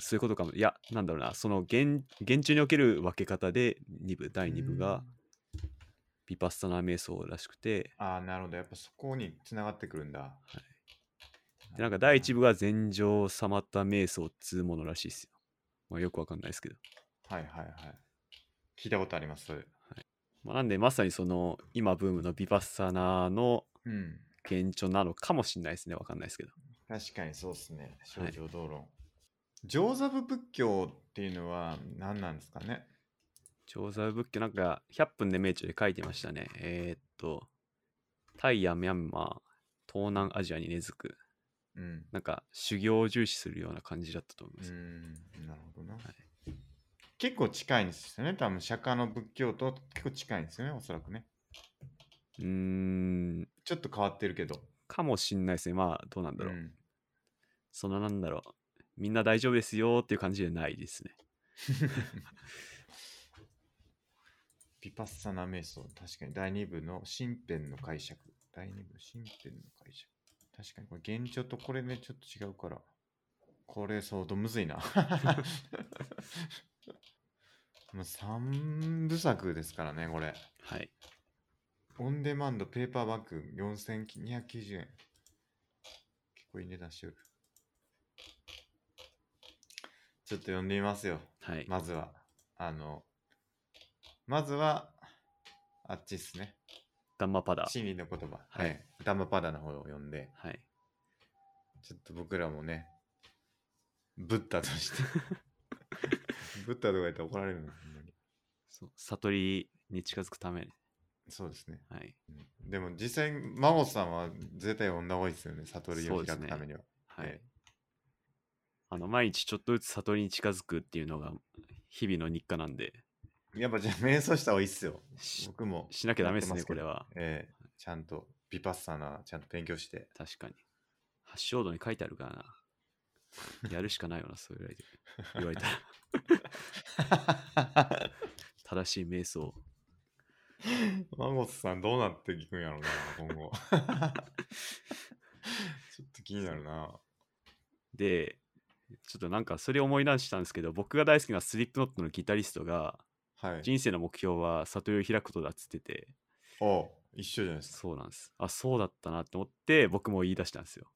B: そういうことかも。いや、なんだろうな、その現、現中における分け方で2部、第2部が、ビパッサナー瞑想らしくて、
A: ああ、なるほど。やっぱそこに繋がってくるんだ。は
B: でなんか第1部が禅情サマタ瞑想っつうものらしいですよ。まあよくわかんないですけど。
A: はいはいはい。聞いたことあります、それ。
B: まあ、なんでまさにその今ブームのビパッサナーの
A: うん。
B: 現状なのかもしれないですね。わかんないですけど。
A: 確かにそうですね。
B: は
A: 正
B: い
A: 常道論。上座部仏教っていうのは何なんですかね
B: 調査仏教なんか100分で名著で書いてましたね。えーっと、タイやミャンマー、東南アジアに根付く。
A: うん。
B: なんか修行を重視するような感じだったと思いうま
A: ー
B: す。
A: ん、なるほどな。
B: い
A: 結構近いんですよね。多分釈迦の仏教と結構近いんですよね、おそらくね。
B: うーん、
A: ちょっと変わってるけど。
B: かもしんないですね。まあ、どうなんだろう。
A: ん、
B: そのなんだろう。みんな大丈夫ですよっていう感じじゃないですね。
A: ピパッサナ瞑想、確かに第2部の身辺の解釈。第2部身辺の解釈。確かにこれ現状とこれね、ちょっと違うから。これ相当むずい
B: (laughs)
A: な。もう3部作ですからね、これ。
B: はい。
A: オンデマンドペーパーバッグ4290円。結構いい値段してる。ちょっと読んでみますよ。
B: はい。
A: まずは。あの、まずは、あっちっすね。
B: ダンマパダ。
A: 心理の言葉。
B: はい
A: はい。ダムパダの方を読んで、
B: はい。
A: ちょっと僕らもね、ブッダと
B: (laughs)
A: して。ブッダとか言ったら怒られるの、ほんまに。
B: そう悟りに近づくために。
A: そうですね。
B: はい。
A: うんでも実際、真帆さんは絶対女多いですよね、悟りを開くためには。
B: はい。
A: ええ
B: あの、毎日ちょっとずつ悟りに近づくっていうのが、日々の日課なんで、
A: やっぱじゃあ瞑想した方がいいっすよ。
B: し
A: 僕も。
B: しなきゃダメですね、
A: やって
B: こ
A: まけ
B: れ
A: ど。
B: は。
A: ええちゃんと、ビパッサナー、ちゃんと勉強
B: (laughs)
A: して。
B: 確かに。発祥度に書いてあるからな。やるしかないよな、そういう言われた
A: (laughs)
B: ら。正しい瞑想。
A: マゴスさんどうなっていくんやろうな、今後。 (laughs) ちょっと気になるな。
B: で、ちょっとなんかそれ思い出したんですけど、僕が大好きなスリップノットのギタリストが、
A: はい。
B: 人生の目標は悟りを開くことだっつってて、
A: おう一緒じゃないですか。
B: そうなんです。あ、そうだったなって思って、僕も言い出したんですよ。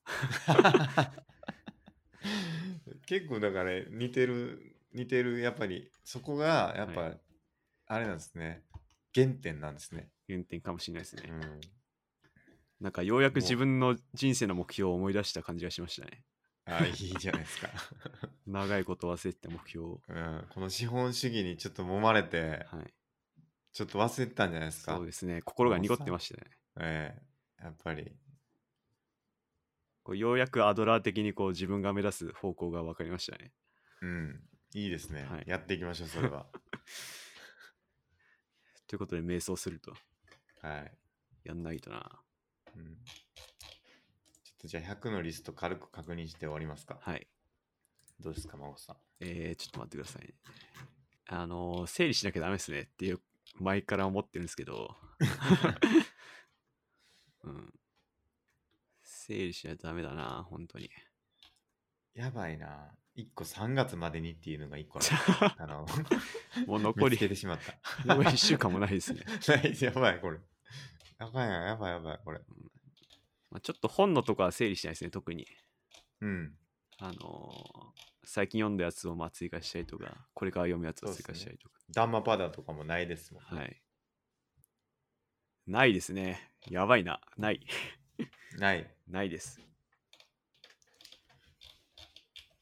A: 結構だから、ね、似てる、似てる、やっぱり、そこが、やっぱ、
B: は
A: あれなんですね。原点なんですね。
B: 原点かもしれないです
A: う
B: ね。
A: ん。
B: なんかようやく
A: もう
B: 自分の人生の目標を思い出した感じがしましたね。
A: あ、いいじゃない
B: (laughs)
A: ですか。
B: 長いこと忘れてた目標を。
A: うん、この資本主義にちょっと揉まれて、
B: はい。
A: ちょっと忘れてたんじゃないですか
B: そう。ですね。心が濁ってましたね。
A: ええやっぱり。
B: こうようやくアドラー的にこう自分が目指す方向が分かりましたね。
A: うん。いいですね。
B: はい
A: やっていきましょう、それ
B: (laughs)
A: は。
B: ということで、瞑想すると。
A: はい、
B: やんないとな。
A: うん。ちょっとじゃあ100のリスト軽く確認して終わりますか。
B: はい。
A: どうですか、孫さん。
B: えー、ちょっと待ってくださいね。あのー整理しなきゃダメですねっていう、前から思ってるんですけ
A: (laughs)
B: ど。うん。整理しないとダメだな、本
A: (laughs)
B: 当に。
A: やばいな。1個3月までにっていうのが1個ある
B: (laughs)
A: あの、
B: もう残
A: 見
B: り
A: つけてしまった。 (laughs)
B: もう1週間もないですね。 (laughs)
A: ないやばい、これ。やばいな、やばい、やばい、これ。
B: まあ、ちょっと本のとこは整理しないですね、特に。
A: うん。
B: あのー最近読んだやつをまあ追加したりとか、これから読むやつを追加したりとか。
A: ダンマパダとかもないですもん。
B: はい。ないですね。やばいな。ない。
A: ない。
B: ないです。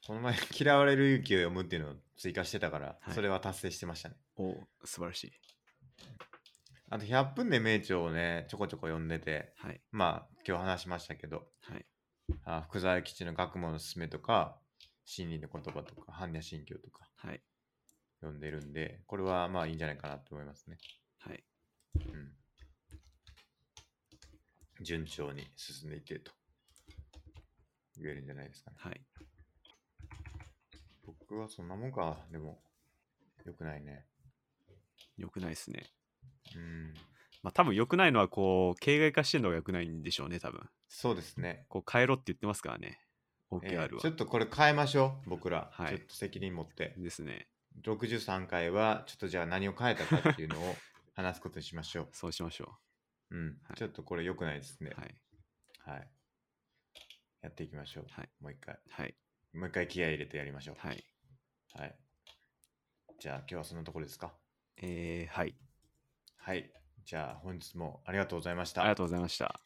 A: この前、 (laughs) 嫌われる勇気を読むっていうのを追加してたから、
B: はい
A: それは達成してましたね。
B: お素晴らしい。
A: あと、100分で名著をね、ちょこちょこ読んでて、
B: はい。
A: まあ、今日話しましたけど、
B: はい。
A: あ福沢諭吉の学問のすすめとか、心理の言葉とか、般若心経とか
B: はい。
A: 読んでるんで、これはまあいいんじゃないかなと思いますね。
B: はい。
A: うん。順調に進んでいってると言えるんじゃないですかね。
B: はい。
A: 僕はそんなもんか、でも、良くないね。
B: 良くないですね。
A: うん。
B: まあ多分良くないのは、こう、形骸化してるのが良くないんでしょうね、多分。
A: そうですね。
B: こう、変えろって言ってますからね。
A: え
B: OKR
A: ー
B: は。
A: ちょっとこれ変えましょう、僕ら。
B: はい
A: ちょっと責任持って。
B: ですね。
A: 63回は、ちょっとじゃあ何を変えたかっていうのを話すことにしましょ
B: そうしましょ
A: う。うん。
B: はい
A: ちょっとこれ良くないですね
B: う。。はい。
A: はい。やっていきましょう。
B: はい
A: もう一回。
B: はい。
A: もう一回気合い入れてやりましょう。
B: はい。
A: はい。じゃあ今日はそんなところですか。
B: えー、はい。
A: はい。じゃあ本日もありがとうございました。
B: ありがとうございました。